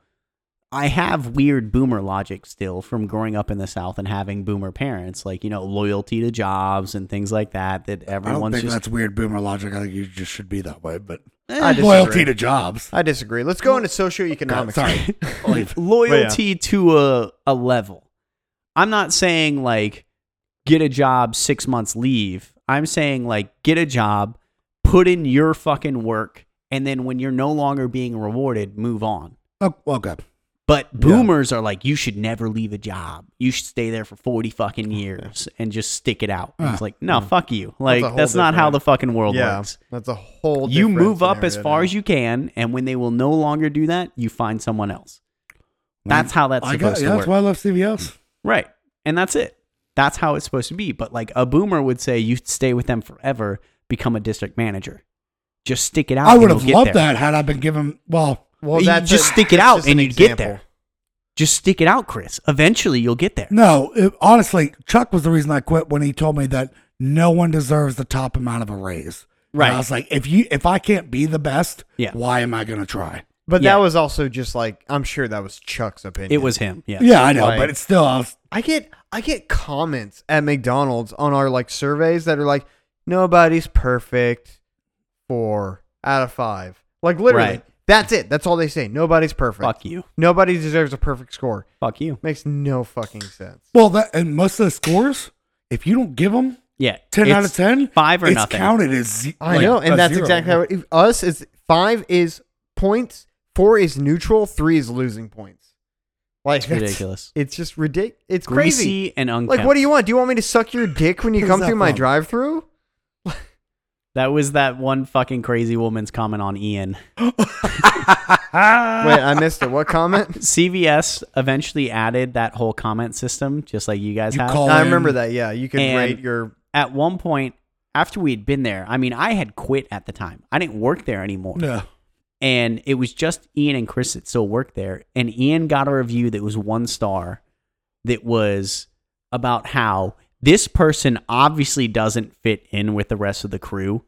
I have weird boomer logic still from growing up in the South and having boomer parents. Like you know, loyalty to jobs and things like that. That
I don't
everyone's
think
just eh.
that's weird boomer logic. I think you just should be that way, but Eh,
I
disagree.
loyalty to jobs.
I disagree. Let's go into
God,
socioeconomic.
sorry. Leave.
loyalty to a, a level. I'm not saying like get a job, six months leave. I'm saying like get a job, put in your fucking work, and then when you're no longer being rewarded, move on.
Oh, okay.
But boomers are like, you should never leave a job. You should stay there for 40 fucking years and just stick it out. And it's like, no, fuck you. Like,
a whole
that's, not how
different-
the fucking world
Yeah.
works.
That's a whole
You
different
move up as
scenario
far
now.
as you can, and when they will no longer do that, you find someone else. That's how that's
I
supposed
got,
to
yeah,
work.
that's why I love CVS.
Right. And that's it. That's how it's supposed to be. But like a boomer would say, you stay with them forever, become a district manager. Just stick it out.
I
and
would
you'll
have
get
loved
there.
that had I been given. Well,
Well,
You
that's
just
a-
stick it
that's
out
just an
and you'd get
example.
there. Just stick it out, Chris. Eventually, you'll get there.
no, it, honestly, Chuck was the reason I quit when he told me that no one deserves the top amount of a raise. And
Right.
I was like, if you, if I can't be the best,
Yeah.
why am I going to try?
But
Yeah.
that was also just like I'm sure that was Chuck's opinion.
It was him. Yeah.
Yeah, I know,
Like-
but it's still, I was,
I get I get comments at McDonald's on our like surveys that are like nobody's perfect four out of five. Like literally,
Right.
that's it. That's all they say. Nobody's perfect.
Fuck you.
Nobody deserves a perfect score.
Fuck you.
Makes no fucking sense.
well, that and most of the scores, if you don't give them
Yeah.
ten out of
it's
ten,
Five or
it's
nothing.
counted as ze-
I
like,
know,
a
and that's
zero.
exactly how it, if us is five is points, four is neutral, three is losing points. Like
It's
that's-
ridiculous.
It's just ridic. It's crazy.
Greasy and unkempt.
Like, what do you want? Do you want me to suck your dick when you
Who's
come
that
through my
from?
drive-through?
that was that one fucking crazy woman's comment on Ian.
Ah!
Wait, I missed it. What comment?
CVS eventually added that whole comment system, just like you guys
You
have.
call-
I
in.
remember that. Yeah, you can
And-
rate your.
at one point, after we had been there, I mean, I had quit at the time. I didn't work there anymore.
Yeah.
and it was just Ian and Chris that still worked there. And Ian got a review that was one star that was about how this person obviously doesn't fit in with the rest of the crew.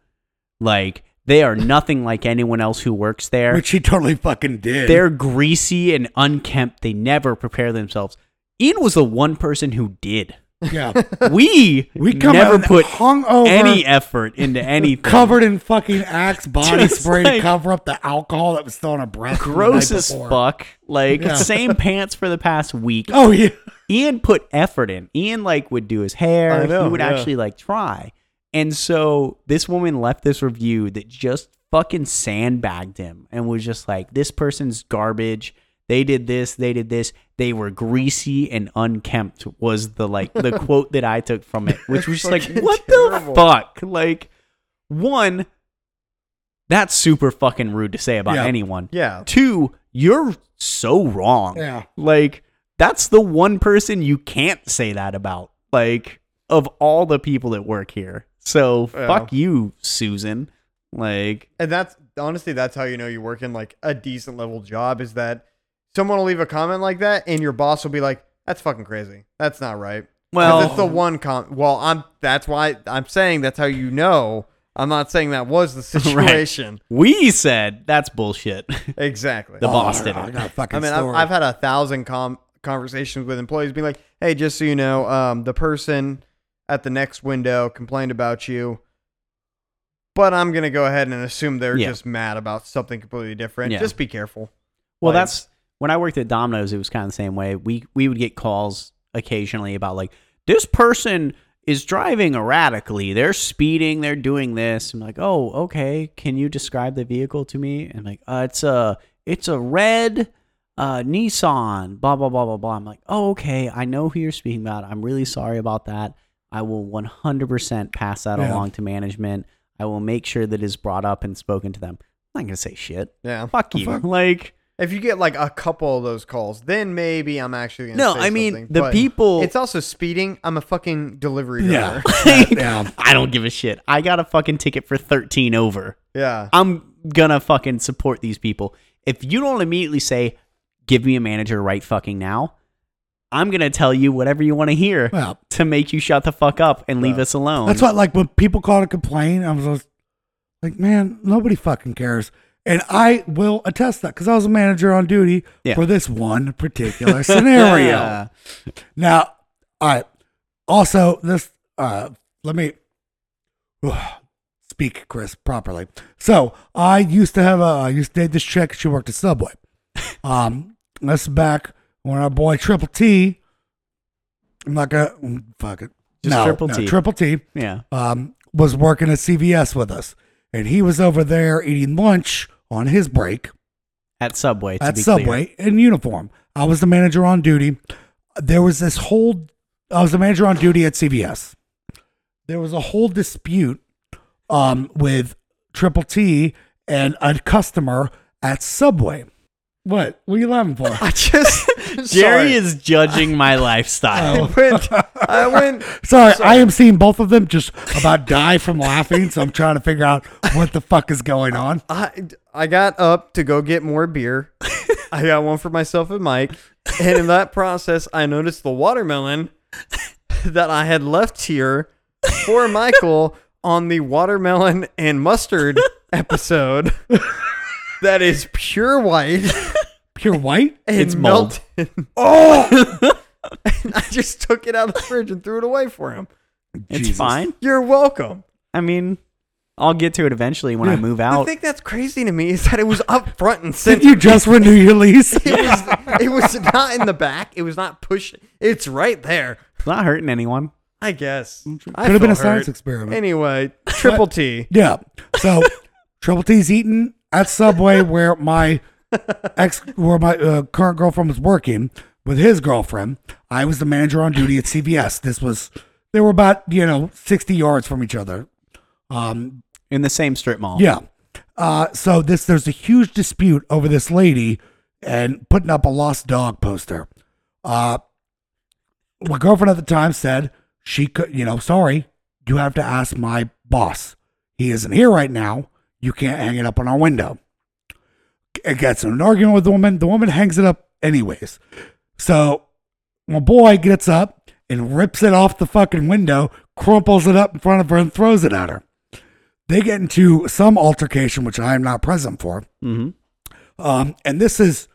Like, they are nothing like anyone else who works there.
Which he totally fucking did.
They're greasy and unkempt. They never prepare themselves. Ian was the one person who did.
yeah.
We,
We come
never
out
put
hungover,
any effort into anything.
covered in fucking Axe body
Just
spray
like-
to cover up the alcohol that was still in her breath. from the
Gross
night
as
before.
fuck. Like,
Yeah.
same pants for the past week.
Oh yeah.
Ian put effort in. Ian like would do his
I
hair.
know,
he would
yeah.
actually like try. And so this woman left this review that just fucking sandbagged him and was just like, this person's garbage. They did this, they did this. They were greasy and unkempt was the like the quote that I took from it, which was just like,
Fucking
what
terrible.
the fuck? Like, one, that's super fucking rude to say about
Yeah.
anyone.
Yeah.
Two, you're so wrong.
Yeah.
Like, that's the one person you can't say that about. Like, of all the people that work here. So
Yeah.
fuck you, Susan. Like,
And that's honestly, that's how you know you work in like a decent level job is that someone will leave a comment like that and your boss will be like, that's fucking crazy. That's not right.
well,
that's the one com. Well, I'm, that's why I'm saying that's how you know. I'm not saying that was the situation.
We said that's bullshit.
Exactly.
The boss did
Oh, I,
it.
got a fucking
I mean, I've,
story.
I've had a thousand com- conversations with employees being like, hey, just so you know, um, the person at the next window complained about you, but I'm going to go ahead and assume they're
Yeah.
just mad about something completely different.
Yeah.
Just be careful.
Well,
Like-
that's when I worked at Domino's. It was kind of the same way. We we would get calls occasionally about like this person is driving erratically. They're speeding. They're doing this. I'm like, oh, okay. Can you describe the vehicle to me? And I'm like, uh, it's a it's a red uh, Nissan. Blah blah blah blah blah. I'm like, oh, okay. I know who you're speaking about. I'm really sorry about that. I will 100% pass that
Yeah.
along to management. I will make sure that is brought up and spoken to them. I'm not gonna say shit.
Yeah.
Fuck you.
fuck-
Like.
If you get like a couple of those calls, then maybe I'm actually going to
No, I mean the people.
It's also speeding. I'm a fucking delivery
yeah.
driver.
yeah.
I don't give a shit. I got a fucking ticket for thirteen over.
Yeah.
I'm gonna fucking support these people. If you don't immediately say, "Give me a manager right fucking now," I'm gonna tell you whatever you want to hear
Well,
to make you shut the fuck up and leave
Yeah.
us alone.
That's why, like, when people call to complain, I was always like, man, nobody fucking cares. And I will attest that because I was a manager on duty
Yeah.
for this one particular scenario.
Yeah.
Now, I Also, this, uh, let me speak, Chris, properly. So, I used to have a, I used to date this chick. She worked at Subway. Um, that's back when our boy Triple T, I'm not gonna, mm, fuck it.
Just
no,
Triple
no,
T.
Triple T
yeah.
um, was working at CVS with us, and he was over there eating lunch on his break
At Subway. To
at
be
Subway in uniform. I was the manager on duty. There was this whole. I was the manager on duty at CVS. There was a whole dispute um, with Triple T and a customer at Subway. What? What are you laughing for?
I just
Clear. Jerry
Sorry.
is judging my lifestyle.
I
Oh,
went. I went.
Sorry, I am seeing both of them just about die from laughing, so I'm trying to figure out what the fuck is going on.
I, I got up to go get more beer. I got one for myself and Mike. And in that process, I noticed the watermelon that I had left here for Michael on the watermelon and mustard episode that is pure white
Pure white?
and
It's mold.
melted.
Oh,
and I just took it out of the fridge and threw it away for him.
it's
Jesus.
fine.
You're welcome.
I mean, I'll get to it eventually when I move
The
out.
thing that's crazy to me is that it was up front and
Did
center.
you just renew your lease?
It was, it was not in the back. It was not pushing. It's right there.
It's not hurting anyone.
I guess. Could
Could have been a science experiment.
Anyway, Triple T.
Yeah. So Triple T's eating at Subway where my ex, where my uh, current girlfriend was working with his girlfriend. I was the manager on duty at CVS. This was they were about you know sixty yards from each other. Um,
In the same strip mall.
yeah. Uh, so this there's a huge dispute over this lady and putting up a lost dog poster. Uh, my girlfriend at the time said she could, you know, sorry, you have to ask my boss. He isn't here right now. You can't hang it up on our window. It gets in an argument with the woman. The woman hangs it up anyways. So my boy gets up and rips it off the fucking window, crumples it up in front of her, and throws it at her. They get into some altercation, which I am not present for.
Mm-hmm.
Um, and this is,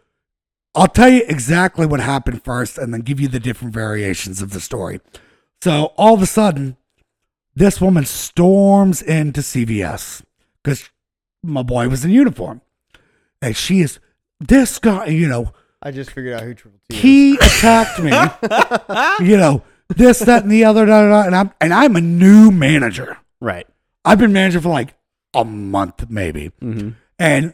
I'll tell you exactly what happened first and then give you the different variations of the story. So all of a sudden, this woman storms into CVS because my boy was in uniform. And she is, this guy, you know,
I just figured out who Triple T is.
he attacked me. you know, this, that, and the other, da, da, da, and I'm and I'm a new manager.
Right.
I've been manager for like a month, maybe.
Mm-hmm.
And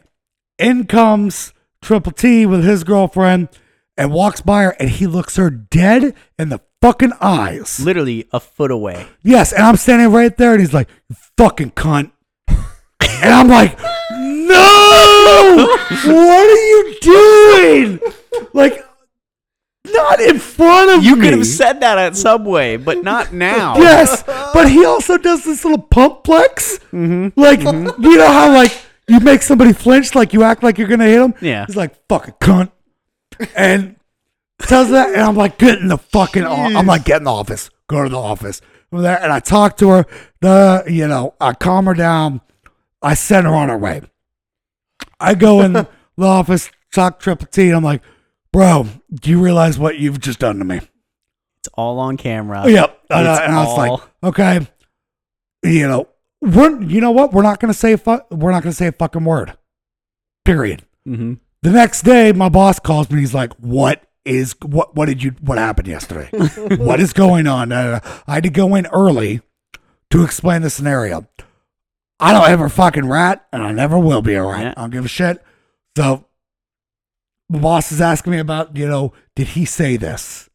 in comes Triple T with his girlfriend and walks by her and he looks her dead in the fucking eyes.
Literally a foot away.
Yes, and I'm standing right there and he's like, "You fucking cunt. and I'm like, no! What are you doing? Like, not in front of
You
me.
could have said that at Subway, but not now.
Yes, but he also does this little pump flex. Mm-hmm. Like you know how like you make somebody flinch, like you act like you're gonna hit him.
Yeah.
he's like fucking cunt, and tells that, and I'm like, get in the fucking. O- I'm like, get in the office. Go to the office. from there, and I talked to her. The you know, I calm her down. I sent her on her way. I go in the office, talk triple T, and I'm like, bro, do you realize what you've just done to me?
It's all on camera.
Yep. Oh, And,
It's
I, and I was
all-
like, okay, you know, we're you know what? We're not gonna say a fu- we're not gonna say a fucking word. Period.
Mhm.
The next day, my boss calls me. He's like, "What is what? What did you? What happened yesterday? what is going on?" Uh, I had to go in early to explain the scenario. I don't ever fucking rat, and I never will be a rat.
Yeah.
I don't give a shit. So, my boss is asking me about, you know, did he say this?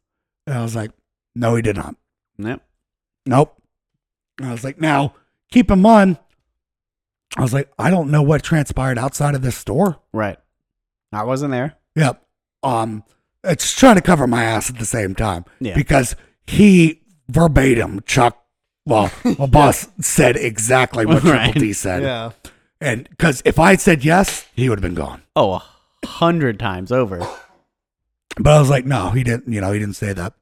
And I was like, "No, he did not."
Yep.
Nope. And I was like, now keep in mind, I was like, I don't know what transpired outside of this store.
Right. I wasn't there.
Yep. Um, it's trying to cover my ass at the same time
Yeah.
because he verbatim, Chuck, well, my boss said exactly what
Right.
Triple D said,
Yeah.
and because if I had said yes, he would have been gone.
Oh, a hundred times over.
But I was like, no, he didn't. You know, he didn't say that.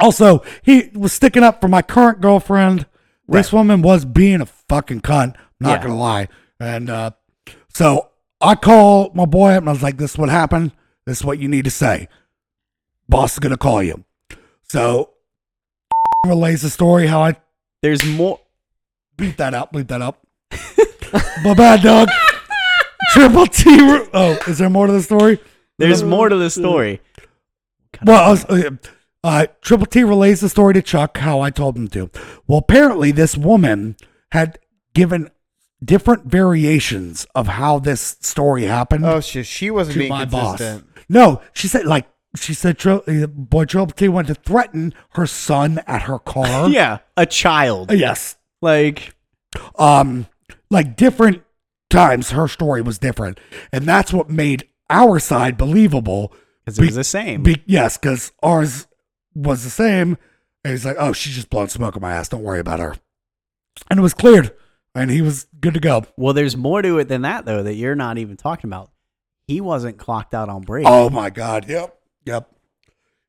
Also, he was sticking up for my current girlfriend. This woman was being a fucking cunt. Not
Yeah.
gonna lie. And uh, so I call my boy up and I was like, "This is what happened. This is what you need to say. Boss is gonna call you." So relays the story how I
There's more.
beat that up, bleep that up. my bad, dog. Triple T. ru- Oh, is there more to the story?
There's more to the story.
Well, I was, uh, uh, Triple T relays the story to Chuck how I told him to. Well, apparently, this woman had given different variations of how this story happened
Oh shit, she wasn't
to
being
my
consistent.
boss. No, she said, like, she said, Tri- uh, boy, Triple T went to threaten her son at her car.
Yeah, a
Uh,
child.
Yes.
Like,
Um, like, different times her story was different. And that's what made our side believable
because it was the same.
Be- yes, because ours was the same. And he's like, oh, she's just blowing smoke on my ass. Don't worry about her. And it was cleared. And he was good to go.
Well, there's more to it than that, though, that you're not even talking about. He wasn't clocked out on break.
Oh, my God. Yep. Yep.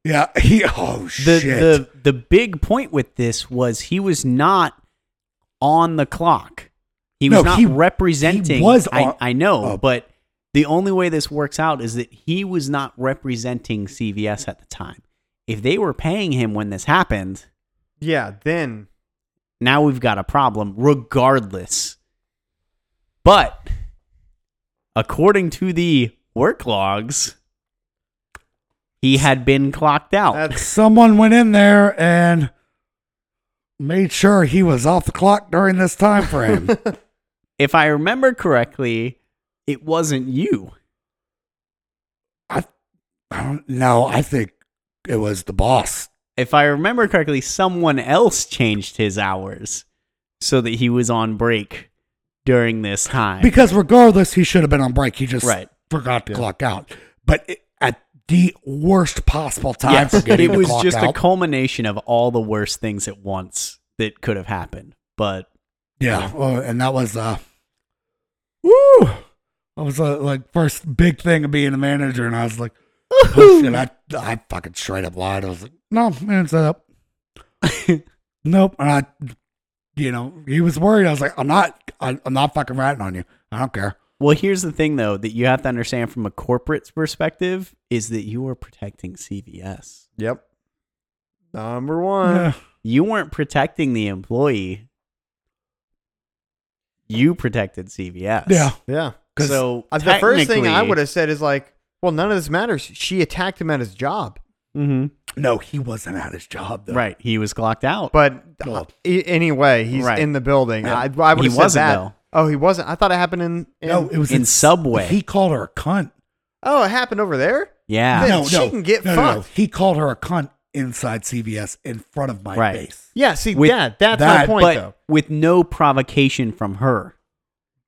Yeah. He, oh,
the,
shit.
the, the big point with this was he was not on the clock. He was
No,
not
he-
representing.
he was on-
I, I know,
oh.
but the only way this works out is that he was not representing CVS at the time. If they were paying him when this happened,
Yeah, then
now we've got a problem regardless. But according to the work logs, he had been clocked out.
that's
Someone went in there and made sure he was off the clock during this time frame.
if I remember correctly, it wasn't you.
I, I don't know. I think it was the boss.
If I remember correctly, someone else changed his hours so that he was on break during this time.
Because regardless, he should have been on break. He just
Right.
forgot to clock out. But it, at the worst possible time
Yes,
for getting
it
to
was
clock
just a
out.
culmination of all the worst things at once that could have happened. But
yeah, well, and that was uh, woo. That was uh, like first big thing of being a manager, and I was like, oh, shit, I, I fucking straight up lied. I was like, no, man, it's up. nope, and I, you know, he was worried. I was like, I'm not, I, I'm not fucking ratting on you. I don't care.
Well, here's the thing, though, that you have to understand from a corporate's perspective is that you were protecting CVS.
yep. Number
Uh,
one.
Yeah.
You weren't protecting the employee. You protected CVS.
yeah.
Yeah.
Because
So
Uh, The first thing I
technically-
would have said is like, well, none of this matters. She attacked him at his job,
Mhm.
no, he wasn't at his job though.
right, he was clocked out.
but
Well.
I- anyway, he's
Right.
in the building.
Yeah.
I, I would
He
have said
wasn't,
that.
though.
Oh, he wasn't. I thought it happened in. in
No, it was
in Subway.
He called her a cunt.
oh, it happened over there.
yeah,
Then
no,
she
no,
can get
no, no, no.
fucked.
He called her a cunt inside CVS in front of my
Right.
face.
Yeah. See,
With
yeah, that's
that,
my point,
but
though.
with no provocation from her.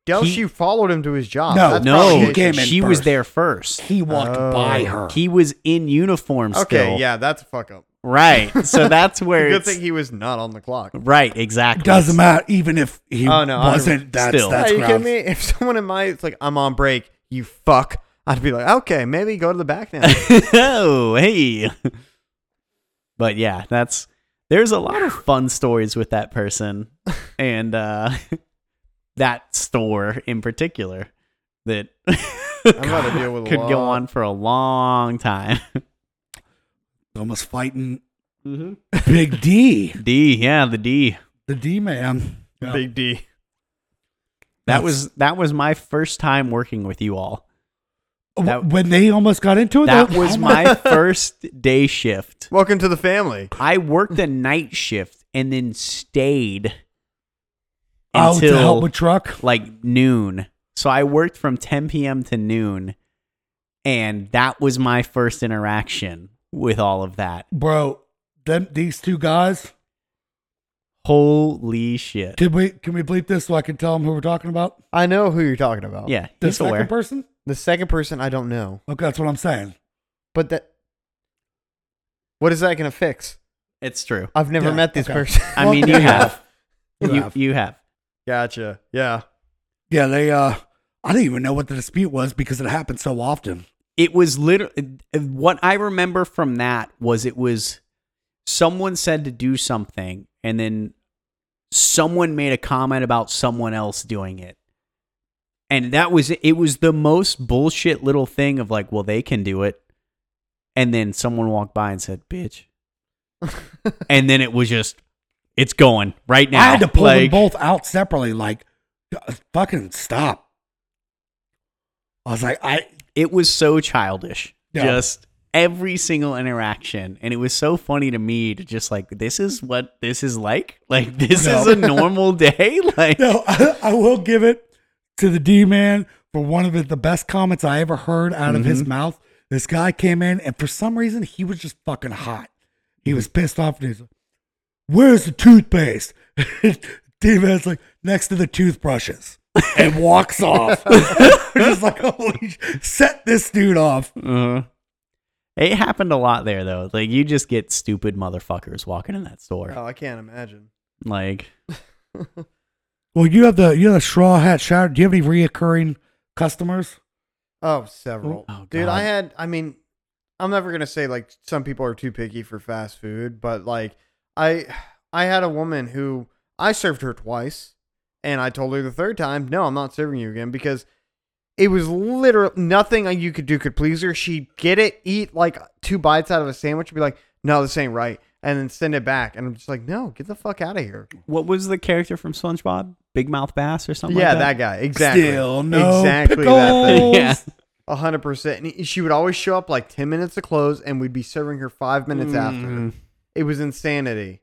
Del,
he-
she followed him to his job.
No,
That's
No,
provocation.
she,
he came in
was
first.
there first.
He walked
Oh.
by her.
He was in uniform
Okay.
still.
Yeah, that's a fuck up.
Right. So that's where
Good
it's
thing he was not on the clock.
right. Exactly.
Doesn't matter, even if he
Oh, no, I-
wasn't. That's
still.
that's
Are you kidding
grounds.
me? If someone in my it's like I'm on break, you fuck. I'd be like, okay, maybe go to the back now.
oh, hey. But yeah, that's There's a lot of fun stories with that person and uh, that store in particular that
I'm about to deal with a
could
lot.
go on for a long time.
Almost fighting
Mm-hmm.
Big D,
D, yeah, the D.
the D man. Yeah.
Big D.
That
That's-
was that was my first time working with you all. that-
Oh, when they almost got into it.
That
though-
was
oh
my first day shift.
Welcome to the family.
I worked a night shift and then stayed
Oh, to help
until
with truck.
like noon. So I worked from 10 p.m. to noon, and that was my first interaction with all of that.
bro. Them these two guys.
Holy shit!
Did we? Can we bleep this so I can tell them who we're talking about?
I know who you're talking about.
Yeah,
The
he's
second
aware.
person.
The second person, I don't know.
Okay, that's what I'm saying.
But that. What is that going to fix?
It's true.
I've never
Yeah,
met this
okay.
person.
I mean, you
you
have,
Uh, You
you
have.
you have.
gotcha. Yeah.
Yeah, they. uh I didn't even know what the dispute was because it happened so often.
it was literally what I remember from that was it was someone said to do something and then someone made a comment about someone else doing it. And that was it was the most bullshit little thing of like, well, they can do it. And then someone walked by and said, bitch. and then it was just it's going right now.
I had to pull them
Like,
both out separately. Like, fucking stop. I was like, I
it was so childish.
Yeah.
Just every single interaction. And it was so funny to me to just like, this is what this is like. Like, this
No.
is a normal day. Like,
no, I, I will give it to the D man for one of the, the best comments I ever heard out of his mouth. This guy came in, and for some reason, he was just fucking hot. He was pissed off. And he's like, Where's the toothpaste? D man's like, Next to the toothbrushes, and walks off. We're just like, Holy, sh- set this dude off.
uh, it happened a lot there, though. Like, you just get stupid motherfuckers walking in that store.
Oh, I can't imagine.
Like,
Well, you have the you have the straw hat shower. Do you have any reoccurring customers?
Oh, several.
Oh,
Dude,
God.
I had, I mean, I'm never going to say like some people are too picky for fast food, but like I I had a woman who I served her twice and I told her the third time, "No, I'm not serving you again" because it was literal nothing you could do could please her. She'd get it, eat like two bites out of a sandwich and be like, "No, this ain't right." And then send it back. And I'm just like, "No, get the fuck out of here."
what was the character from SpongeBob? Big Mouth Bass or something
yeah,
like that?
that guy. Exactly.
Still no
Exactly that thing.
pickles.
yeah.
A hundred percent. And she would always show up like ten minutes to close, and we'd be serving her five minutes
Mm.
after. It was insanity.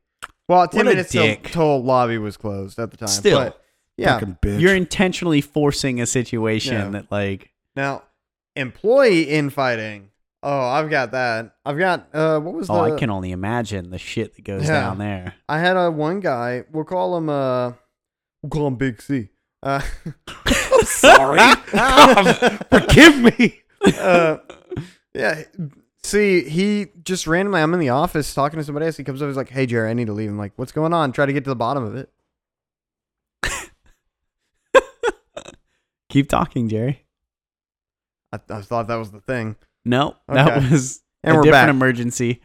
Well, ten
What a
minutes till,
dick.
till lobby was closed at the time.
Still.
but, yeah.
Fucking bitch.
You're intentionally forcing a situation
Yeah.
that, like,
Now, employee infighting. Oh, I've got that. I've got uh, what was
oh,
the?
I can only imagine the shit that goes
Yeah.
down there.
I had a one guy. We'll call him uh, we'll call him Big C. Uh,
sorry. God, forgive me.
uh, yeah. See, he just randomly, I'm in the office talking to somebody else. He comes over, he's like, Hey, Jerry, I need to leave. I'm like, What's going on? Try to get to the bottom of it.
Keep talking, Jerry.
I, I thought that was the thing.
No,
Okay.
that was
And
a
we're
different
back.
emergency.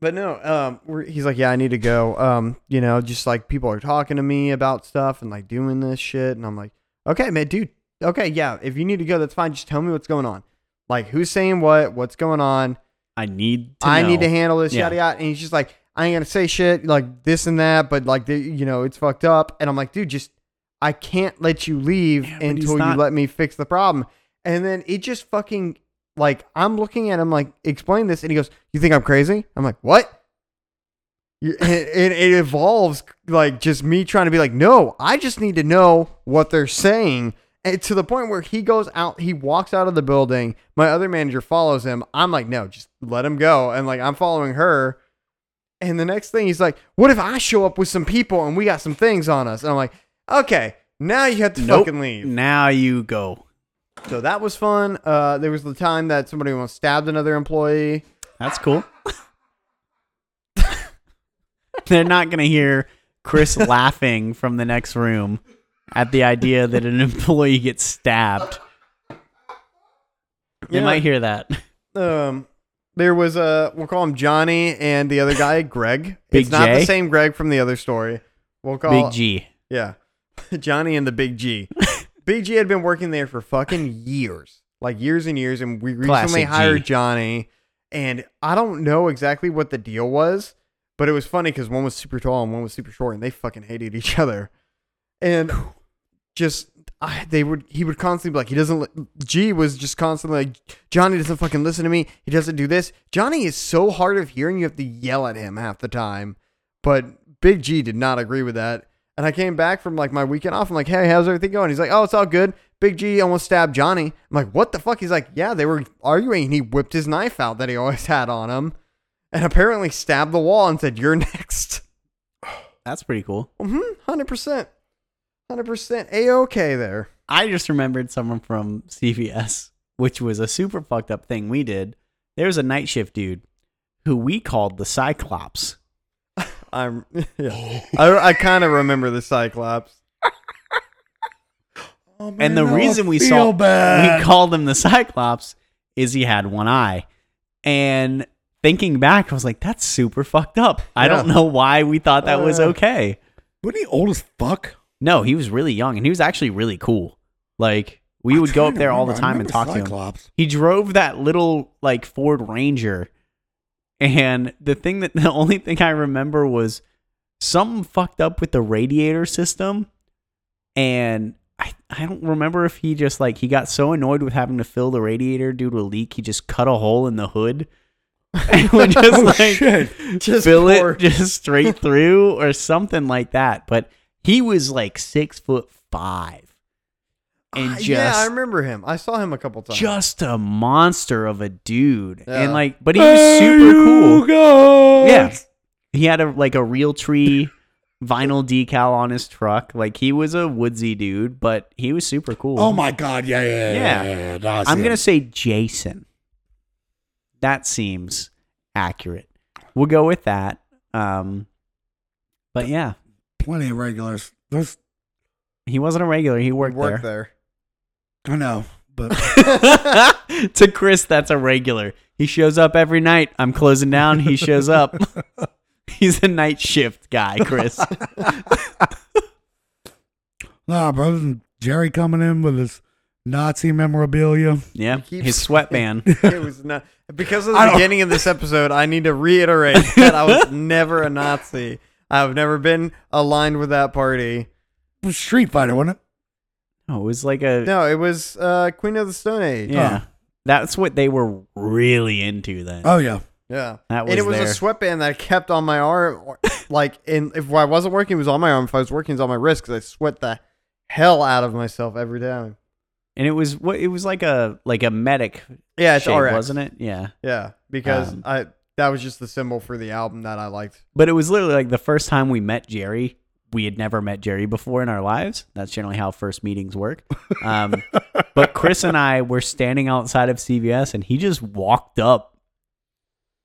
But no, um, we're, he's like, Yeah, I need to go. Um, you know, just like people are talking to me about stuff and like doing this shit. And I'm like, Okay, man, dude. Okay, yeah. If you need to go, that's fine. Just tell me what's going on. Like, who's saying what? What's going on?
I need to
I need
know.
to handle this,
Yeah.
yada yada. And he's just like, I ain't gonna say shit like this and that, but like, the, you know, it's fucked up. And I'm like, dude, just I can't let you leave
Yeah, but he's
until
not-
you let me fix the problem. And then it just fucking like I'm looking at him like, explain this, and he goes, you think I'm crazy? I'm like, what? You- And and it evolves like just me trying to be like, no, I just need to know what they're saying. And to the point where he goes out, he walks out of the building. My other manager follows him. I'm like, no, just let him go. And like, I'm following her. And the next thing he's like, what if I show up with some people and we got some things on us? And I'm like, okay, now you have to
Nope.
fucking leave.
Now you go.
So that was fun. Uh, there was the time that somebody almost stabbed another employee.
That's cool. They're not going to hear Chris laughing from the next room at the idea that an employee gets stabbed. They
Yeah.
might hear that.
Um, There was a we'll call him Johnny and the other guy Greg.
Big
it's not the
J?
same Greg from the other story. We'll call
Big G.
Yeah. Johnny and the Big G. Big G had been working there for fucking years, like years and years. And we recently
Classic G.
hired Johnny. And I don't know exactly what the deal was, but it was funny because one was super tall and one was super short, and they fucking hated each other. And just I, they would he would constantly be like he doesn't li- G was just constantly like Johnny doesn't fucking listen to me. He doesn't do this. Johnny is so hard of hearing. You have to yell at him half the time. But Big G did not agree with that. And I came back from like my weekend off. I'm like, hey, how's everything going? He's like, oh, it's all good. Big G almost stabbed Johnny. I'm like, what the fuck? He's like, yeah, they were arguing. And he whipped his knife out that he always had on him, and apparently stabbed the wall and said, you're next.
That's pretty cool.
Mm-hmm. Hundred percent. Hundred percent. A okay there.
I just remembered someone from CVS, which was a super fucked up thing we did. There was a night shift dude who we called the Cyclops.
I'm. Yeah. I, I kind of remember the Cyclops.
Oh, man,
and the
now I
reason we
feel
saw
bad.
we called him the Cyclops is he had one eye. And thinking back, I was like, that's super fucked up. I don't
Yeah.
know why we thought that was
Uh.
okay.
Wasn't he old as fuck?
No, he was really young and he was actually really cool. Like we
I'm
would go
trying
up
to
there all the
remember. I
time and talk
remember
to him.
Cyclops.
He drove that little like Ford Ranger. And the thing that the only thing I remember was something fucked up with the radiator system. And I, I don't remember if he just like he got so annoyed with having to fill the radiator due to a leak, he just cut a hole in the hood. And would just
Oh,
like
shit.
just fill it just straight through or something like that. But he was like six foot five and
Ah,
just
yeah, I remember him. I saw him a couple times.
just a monster of a dude.
Yeah.
And like, but he was super cool.
cool.
Yeah, he had a like a real tree vinyl decal on his truck. Like he was a woodsy dude, but he was super cool.
Oh my god. Yeah. Yeah. Yeah.
Yeah.
yeah, yeah, yeah. No, I see
I'm
it.
gonna say Jason. That seems accurate. We'll go with that. Um, but yeah.
plenty of regulars. There's
He wasn't a regular. He
worked,
worked, there.
there.
I know, but
to Chris, that's a regular. He shows up every night. I'm closing down. He shows up. He's a night shift guy, Chris.
nah, bro. this is Jerry coming in with his Nazi memorabilia.
Yeah,
He keeps-
his sweatband.
It was not because of
I
the
don't-
beginning of this episode. I need to reiterate that I was never a Nazi. I've never been aligned with that party.
It was Street Fighter, wasn't it?
Oh, it was like a
No, it was uh, Queen of the Stone Age.
yeah.
Oh.
That's what they were really into then.
Uh,
Oh yeah.
Yeah.
That was
and it was
there.
a sweatband that I kept on my arm. or- Like, and if I wasn't working, it was on my arm. If I was working, it was on my wrist because I sweat the hell out of myself every time.
and it was what it was like a like a medic
Yeah, it's
shape,
RX.
wasn't it? Yeah.
Yeah, because
Um,
I that was just the symbol for the album that I liked.
But it was literally like the first time we met Jerry. We had never met Jerry before in our lives. That's generally how first meetings work. Um, but Chris and I were standing outside of CVS, and he just walked up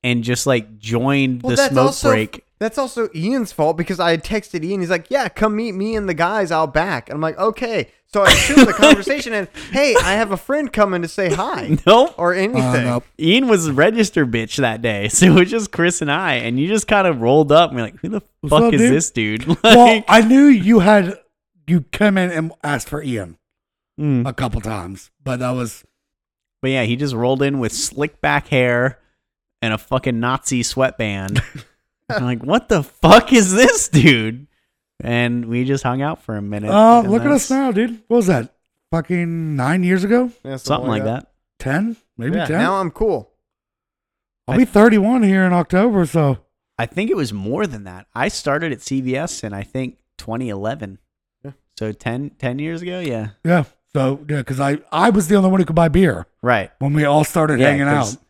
and just like joined the smoke
also,
break.
That's also Ian's fault because I had texted Ian. He's like, "Yeah, come meet me and the guys out back." And I'm like, "Okay." So I assumed the conversation and, "Hey, I have a friend coming to say hi
Nope.
or anything."
Uh, no.
Ian was a register bitch that day, so it was just Chris and I, and you just kind of rolled up and we're like, "Who the
What's
fuck
up,
is
dude?"
this dude?" Like,
Well, I knew you had you come in and asked for Ian
mm.
a couple times, but that was
But yeah, he just rolled in with slick back hair and a fucking Nazi sweatband. I'm like, what the fuck is this dude? And we just hung out for a minute.
Oh,
and
look at us
that's
now, dude. What was that? Fucking nine years ago?
Yeah,
Something like that.
Ten? Maybe
Yeah,
ten?
now I'm cool.
I'll be thirty-one here in October, so
I think it was more than that. I started at CVS in I think 2011.
Yeah.
So 10, 10 years ago, yeah.
yeah. So yeah, because I I was the only one who could buy beer
Right.
when we all started
Yeah,
hanging
'cause
out.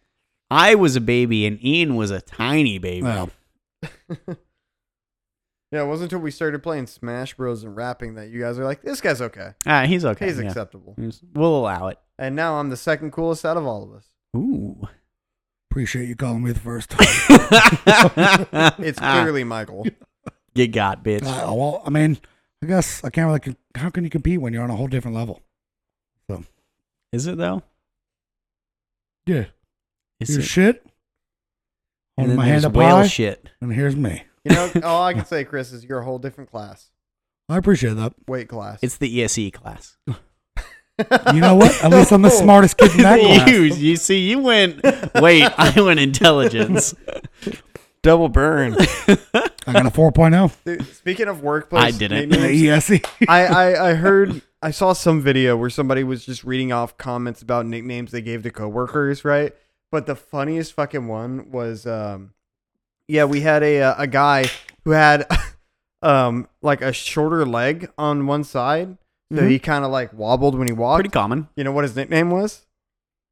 I was a baby and Ian was a tiny baby.
Well,
Yeah, it wasn't until we started playing Smash Bros and rapping that you guys are like, "This guy's okay.
Ah, he's okay.
He's
yeah.
acceptable."
He's- We'll allow it.
And now I'm the second coolest out of all of us.
Ooh.
appreciate you calling me the first.
it's
It's clearly Michael.
Get got, bitch.
Uh, well, I mean, I guess I can't really. con- How can you compete when you're on a whole different level?
Is it though?
Yeah,
Is
your
it?
shit
and then
my
there's
hand up
whale
high,
shit.
and here's me.
You know, all I can say, Chris, is you're a whole different class,
I appreciate that.
weight class.
It's the ESE class.
You know what? At least I'm the smartest kid in that class.
you, you see, you went. Wait, I went intelligence.
Double burn.
I got a 4.0
Dude, speaking of workplace,
I didn't.
in
maintenance,
the E ESE.
I, I I heard I saw some video where somebody was just reading off comments about nicknames they gave to coworkers, right? But the funniest fucking one was, um, yeah, we had a uh, a guy who had, um, like a shorter leg on one side, so he kind of like wobbled when he walked.
Pretty common.
you know what his nickname was?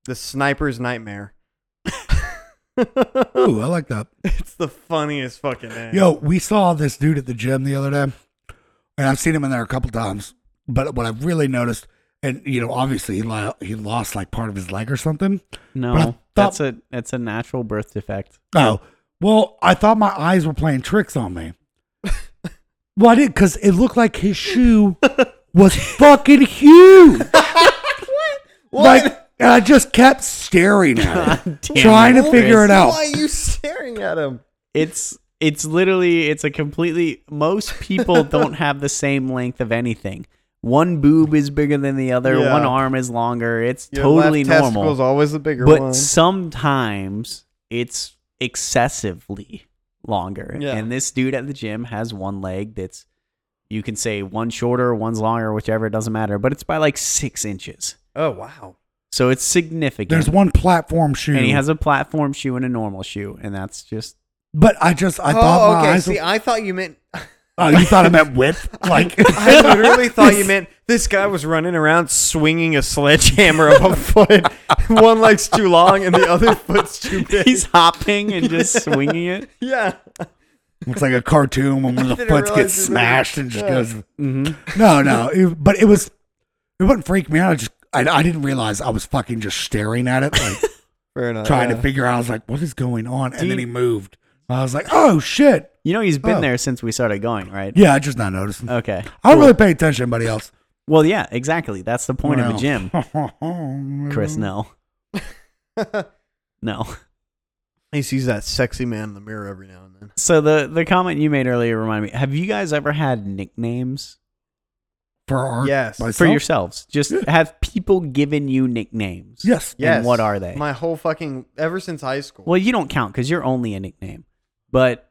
The Sniper's Nightmare.
Ooh, I like that.
It's the funniest fucking name.
Yo, we saw this dude at the gym the other day, and I've seen him in there a couple times. But what I've really noticed, and you know, obviously he lo- he lost like part of his leg or something. But I
No,
thought-
that's a that's a natural birth defect.
Oh, well, I thought my eyes were playing tricks on me. well, I did because it looked like his shoe was fucking huge. Like, and I just kept staring at it,
Damn
trying
it,
to figure
Chris.
it out.
Why are you staring at him?
It's it's literally it's a completely most people don't have the same length of anything. One boob is bigger than the other.
Yeah.
One arm is longer. It's
Your
totally
left
normal.
Testicle's always the bigger
but
one.
sometimes it's excessively longer.
Yeah.
And this dude at the gym has one leg that's you can say one shorter, one's longer, whichever, it doesn't matter, but it's by like six inches.
Oh wow.
So it's significant.
There's one platform shoe,
and he has a platform shoe and a normal shoe, and that's just
but I just I thought my eyes.
Oh, See, I thought you meant.
oh, you thought I meant width? Like
I literally thought you meant this guy was running around swinging a sledgehammer up a foot. one leg's too long and the other foot's too big.
he's hopping and just swinging it.
yeah.
It's like a cartoon when one of the
didn't
foots gets
realize you meant-
smashed and just
Yeah.
goes. No, no, it- but it was. It wouldn't freak me out. I just I, I didn't realize I was fucking just staring at it, like
Fair enough.
trying to figure out. I was like, "What is going on?" And then
Dude.
he moved. I was like, "Oh shit!"
You know he's been
Oh.
there since we started going, right?
Yeah, I just not noticed. him.
Okay.
I don't really pay attention to anybody else.
Well, yeah, exactly. That's the point of a gym,
gym,
Chris. No, no.
He sees that sexy man in the mirror every now and then.
So the the comment you made earlier reminded me. Have you guys ever had nicknames
For our
Yes.
myself?
for yourselves? Just
Yeah.
have people given you nicknames?
Yes.
Yes.
And what are they?
My whole fucking ever since high school.
well, you don't count because you're only a nickname, but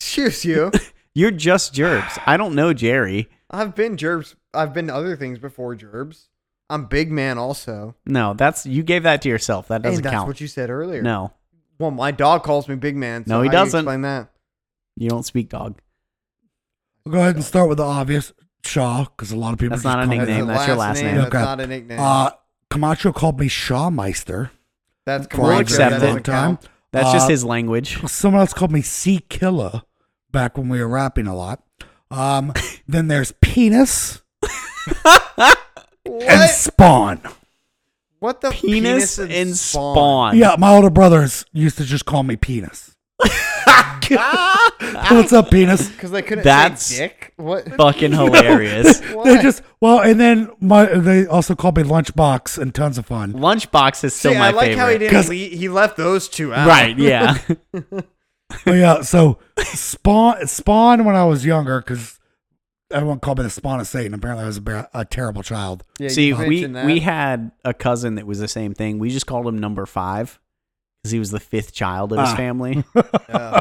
Cheers, you.
you're just Jerbs. I don't know Jerry.
I've been gerbs. I've been to other things before gerbs. I'm big man also.
No, that's you gave that to yourself. That
And
doesn't
that's
count.
what you said earlier.
no,
Well, my dog calls me big man. So
No, he
how do you
doesn't.
Explain that.
you don't speak dog.
We'll go ahead and start with the obvious, Shaw, because a lot of people.
That's
just
not a
call me
nickname.
that.
That's your last name.
That's
Okay.
not a nickname.
Uh, Camacho called me Shawmeister.
that's
for
We'll
a
Camacho.
accept it.
That
long
doesn't
time.
count.
That's
Uh,
just his language.
Someone else called me C Killer back when we were rapping a lot. Um, then there's penis and
What?
spawn.
What the
Penis, and spawn.
Yeah, my older brothers used to just call me penis. What's up, penis?
Because they couldn't
That's-
say dick. What?
Fucking hilarious.
They
Why?
just well, and then my they also called me lunchbox and tons of fun.
Lunchbox is still
See,
my
I like
favorite.
how he didn't.
'Cause-
Le- he left those two out.
Right, yeah.
But Oh, yeah, so spawn spawn when I was younger because everyone called me the spawn of Satan. Apparently, I was a, bar- a terrible child.
Yeah, you
See, we
mentioned that.
we had a cousin that was the same thing. We just called him number five because he was the fifth child of his
Ah.
family.
Yeah.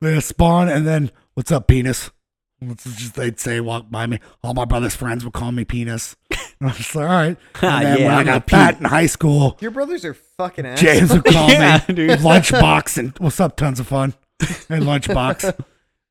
They spawn, and then what's up, penis? It's just they'd say walk by me. All my brother's friends would call me penis. I was like, all right.
Ah,
And then
yeah,
when I
I'm a
got
Pete.
fat in high school,
Your brothers are fucking ass.
James would call
Yeah,
me
dude.
lunchbox and what's up, tons of fun, and lunchbox.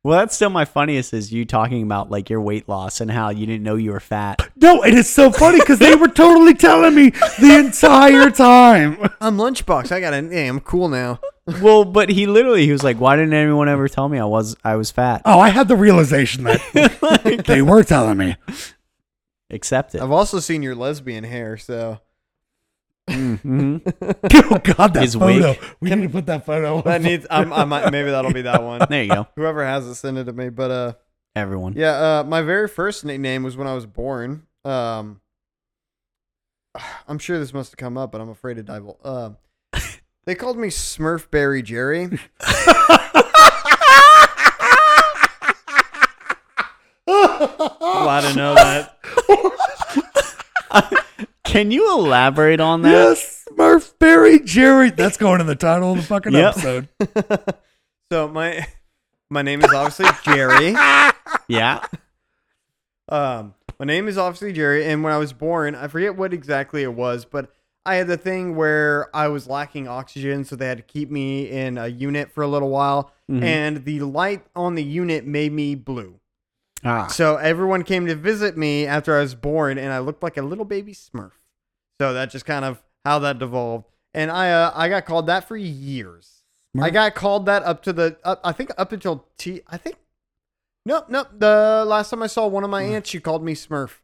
Well, that's still my funniest is you talking about like your weight loss and how you didn't know you were fat.
no, and it's so funny because they were totally telling me the entire time.
I'm lunchbox. I got a name. I'm cool now.
well, but he literally he was like, "Why didn't anyone ever tell me I was I was fat?"
Oh, I had the realization that they were telling me.
Accept it.
I've also seen your lesbian hair. So
hmm
Oh God, that
His wig.
photo. We need to put that photo.
that
on.
needs. I'm, I might. Maybe that'll be that one.
There you go,
Whoever has it, send it to me. But uh,
everyone.
Yeah, uh, my very first nickname was when I was born. Um, I'm sure this must have come up, but I'm afraid to divulge. Uh, They called me Smurfberry Jerry.
Glad to know that.
Can you elaborate on that?
Yes, Smurfberry Jerry. That's going in the title of the fucking
Yep.
episode.
So my my name is obviously Jerry.
Yeah.
Um, my name is obviously Jerry, and when I was born, I forget what exactly it was, but I had the thing where I was lacking oxygen, so they had to keep me in a unit for a little while,
Mhm.
and the light on the unit made me blue.
Ah.
So everyone came to visit me after I was born, and I looked like a little baby Smurf. So that just kind of how that devolved, and I uh, I got called that for years. I got called that up to the up, I think up until T. I think nope nope. The last time I saw one of my aunts, she called me Smurf.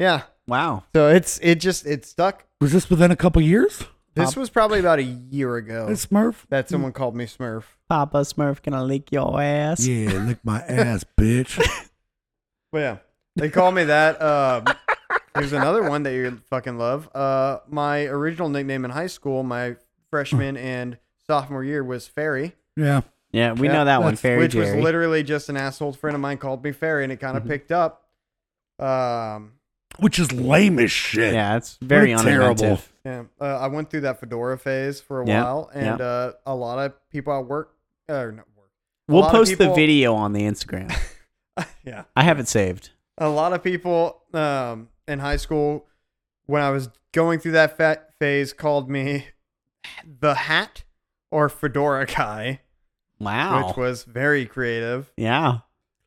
Yeah.
Wow.
So it's it just it stuck.
Was this within a couple years?
This was probably about a year ago
It's Smurf.
that someone called me Smurf.
Papa Smurf, can I lick your ass?
Yeah, lick my ass, bitch.
But yeah, they called me that. Um, here's another one that you fucking love. Uh, my original nickname in high school, my freshman and sophomore year, was Fairy,
Yeah.
Yeah, we
Yeah,
know that one.
that's-
Fairy
which
Jerry. Mm-hmm.
was literally just an asshole friend of mine called me Fairy, and it kind of picked up. Um,
Which is lame as shit.
yeah, it's very
What a terrible-
uninventive.
yeah, uh, I went through that fedora phase for a
Yeah,
while, and uh, a lot of people at work, or not work. a
We'll
lot of
post the
people-
video on the Instagram.
yeah,
I have it saved.
a lot of people um, in high school when I was going through that fat phase called me the hat or fedora guy,
Wow.
which was very creative.
yeah.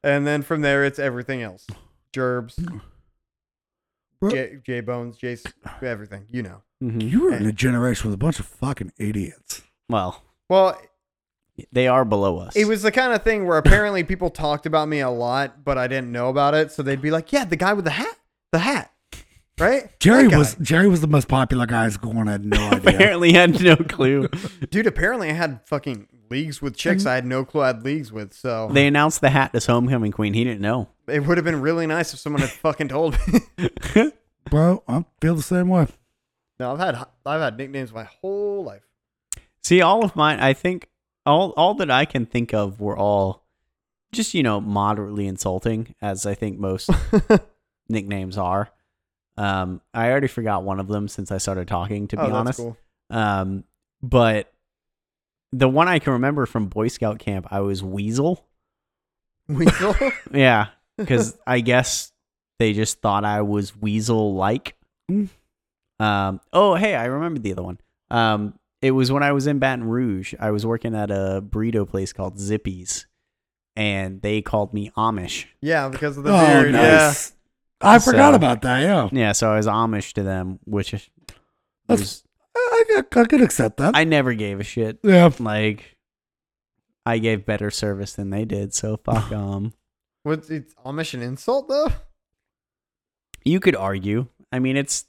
And then from there, it's everything else: gerbs, J, J bones, J everything. You know.
hmm
You were in a generation with a bunch of fucking idiots.
Well,
Well,
they are below us.
it was the kind of thing where apparently people talked about me a lot, but I didn't know about it. So they'd be like, "Yeah, the guy with the hat, the hat, right?"
Jerry
That guy.
was Jerry was the most popular guy in school, and I had no idea.
apparently had no clue.
Dude, apparently I had fucking leagues with chicks I had no clue I had leagues with, so
they announced the hat as homecoming queen. He didn't know.
it would have been really nice if someone had fucking told me.
Bro, I feel the same way.
no, I've had I've had nicknames my whole life.
See, all of mine, I think all all that I can think of were all just you know moderately insulting, as I think most nicknames are. Um, I already forgot one of them since I started talking. To be
oh, that's
honest,
cool.
um, but the one I can remember from Boy Scout camp, I was Weasel.
Weasel.
Yeah, because I guess they just thought I was weasel like.
Mm.
Um. Oh, hey, I remembered the other one. Um. It was when I was in Baton Rouge. I was working at a burrito place called Zippy's, and they called me Amish.
yeah, because of the
Oh,
beard.
nice. I forgot
So-
about that. Yeah,
Yeah, so I was Amish to them, which is-
That's-
was
I, I, I could accept that.
I never gave a shit.
yeah,
Like, I gave better service than they did, so fuck um. them.
Yeah. What's it's Amish an insult though?
You could argue. I mean, it's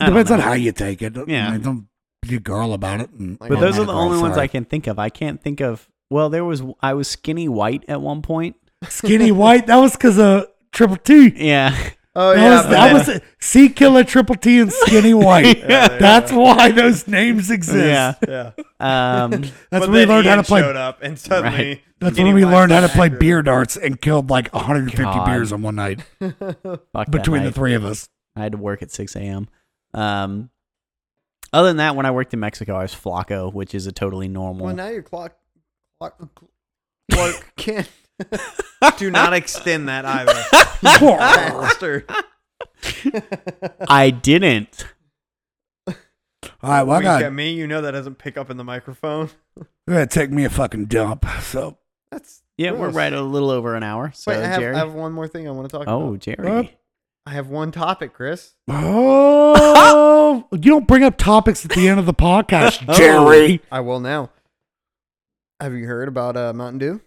I don't
depends on
know.
how you take it.
Yeah.
I mean, don't be a girl about it. and-
But
But
Oh,
those
my
are the
girl,
only ones
sorry.
I can think of. I can't think of. Well, there was I was skinny white at one point.
Skinny white. That was because of Triple T.
Yeah,
Oh
That
yeah,
was
but
that
then-
was it. Sea Killer Triple T and Skinny White.
Yeah, there
That's
you
why those names exist.
yeah.
go. yeah.
Um,
That's
But
when we
then
learned how
Ian
to play.
Showed up and suddenly
Right.
That's
Kenny
when we
White
learned how to
got
play
angry.
beer darts and killed like 150
God.
beers in one night
fuck
between
that
the
night.
three of us.
I had to work at six a.m. Um, other than that, when I worked in Mexico, I was flaco, which is a totally normal.
Well, now your clock, clock, clock can't. Do not extend that either, bastard.
I didn't.
All right, well, I
Wink
got,
at me, you know that doesn't pick up in the microphone.
I gotta take me a fucking dump. So
That's
Yeah, we're
gross.
right at a little over an hour. So
Wait, I have,
Jerry.
I have one more thing I want to talk about.
oh,
Huh?
Jerry.
I have one topic, Chris.
Oh, you don't bring up topics at the end of the podcast, Jerry.
I will now. Have you heard about uh, Mountain Dew?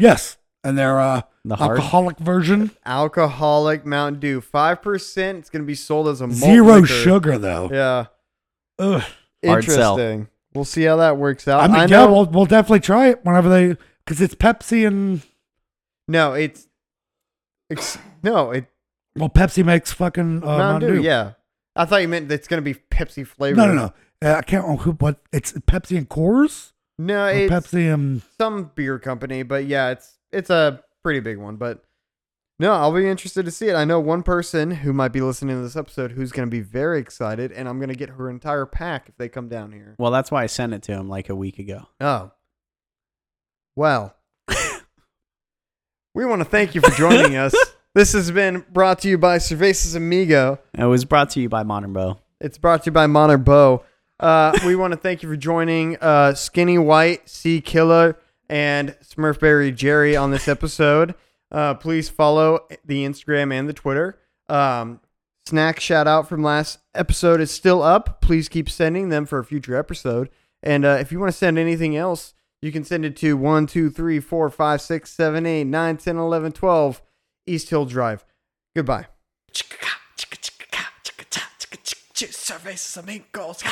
Yes, and their uh,
The hard.
alcoholic version,
Alcoholic Mountain Dew, five percent. It's going to be sold as a malt
zero
liquor.
sugar though.
Yeah,
Ugh.
Hard sell.
interesting. We'll see how that works out.
I mean, yeah,
know.
we'll, we'll definitely try it whenever they, because it's Pepsi and
no, it's, it's no, it
well, Pepsi makes fucking uh,
Mountain Dew. Yeah, I thought you meant it's going to be Pepsi flavored.
No, no, no. Uh, I can't remember who, but it's Pepsi and Coors.
No,
Or
it's
Pepsi and
some beer company, but yeah, it's it's a pretty big one. But no, I'll be interested to see it. I know one person who might be listening to this episode who's going to be very excited, and I'm going to get her entire pack if they come down here.
Well, that's why I sent it to him like a week ago.
Oh. Well, we want to thank you for joining us. This has been brought to you by Cervezas Amigo.
It was brought to you by Modern Bow.
It's brought to you by Monter Bow. Uh, we want to thank you for joining uh, Skinny White, C Killer, and Smurfberry Jerry on this episode. Uh, please follow the Instagram and the Twitter. Um, snack shout out from last episode is still up. Please keep sending them for a future episode. And uh, if you want to send anything else, you can send it to 1, 2, 3, 4, 5, 6, 7, 8, 9, 10, 11, 12, East Hill Drive. Goodbye.
Cervezas amigos.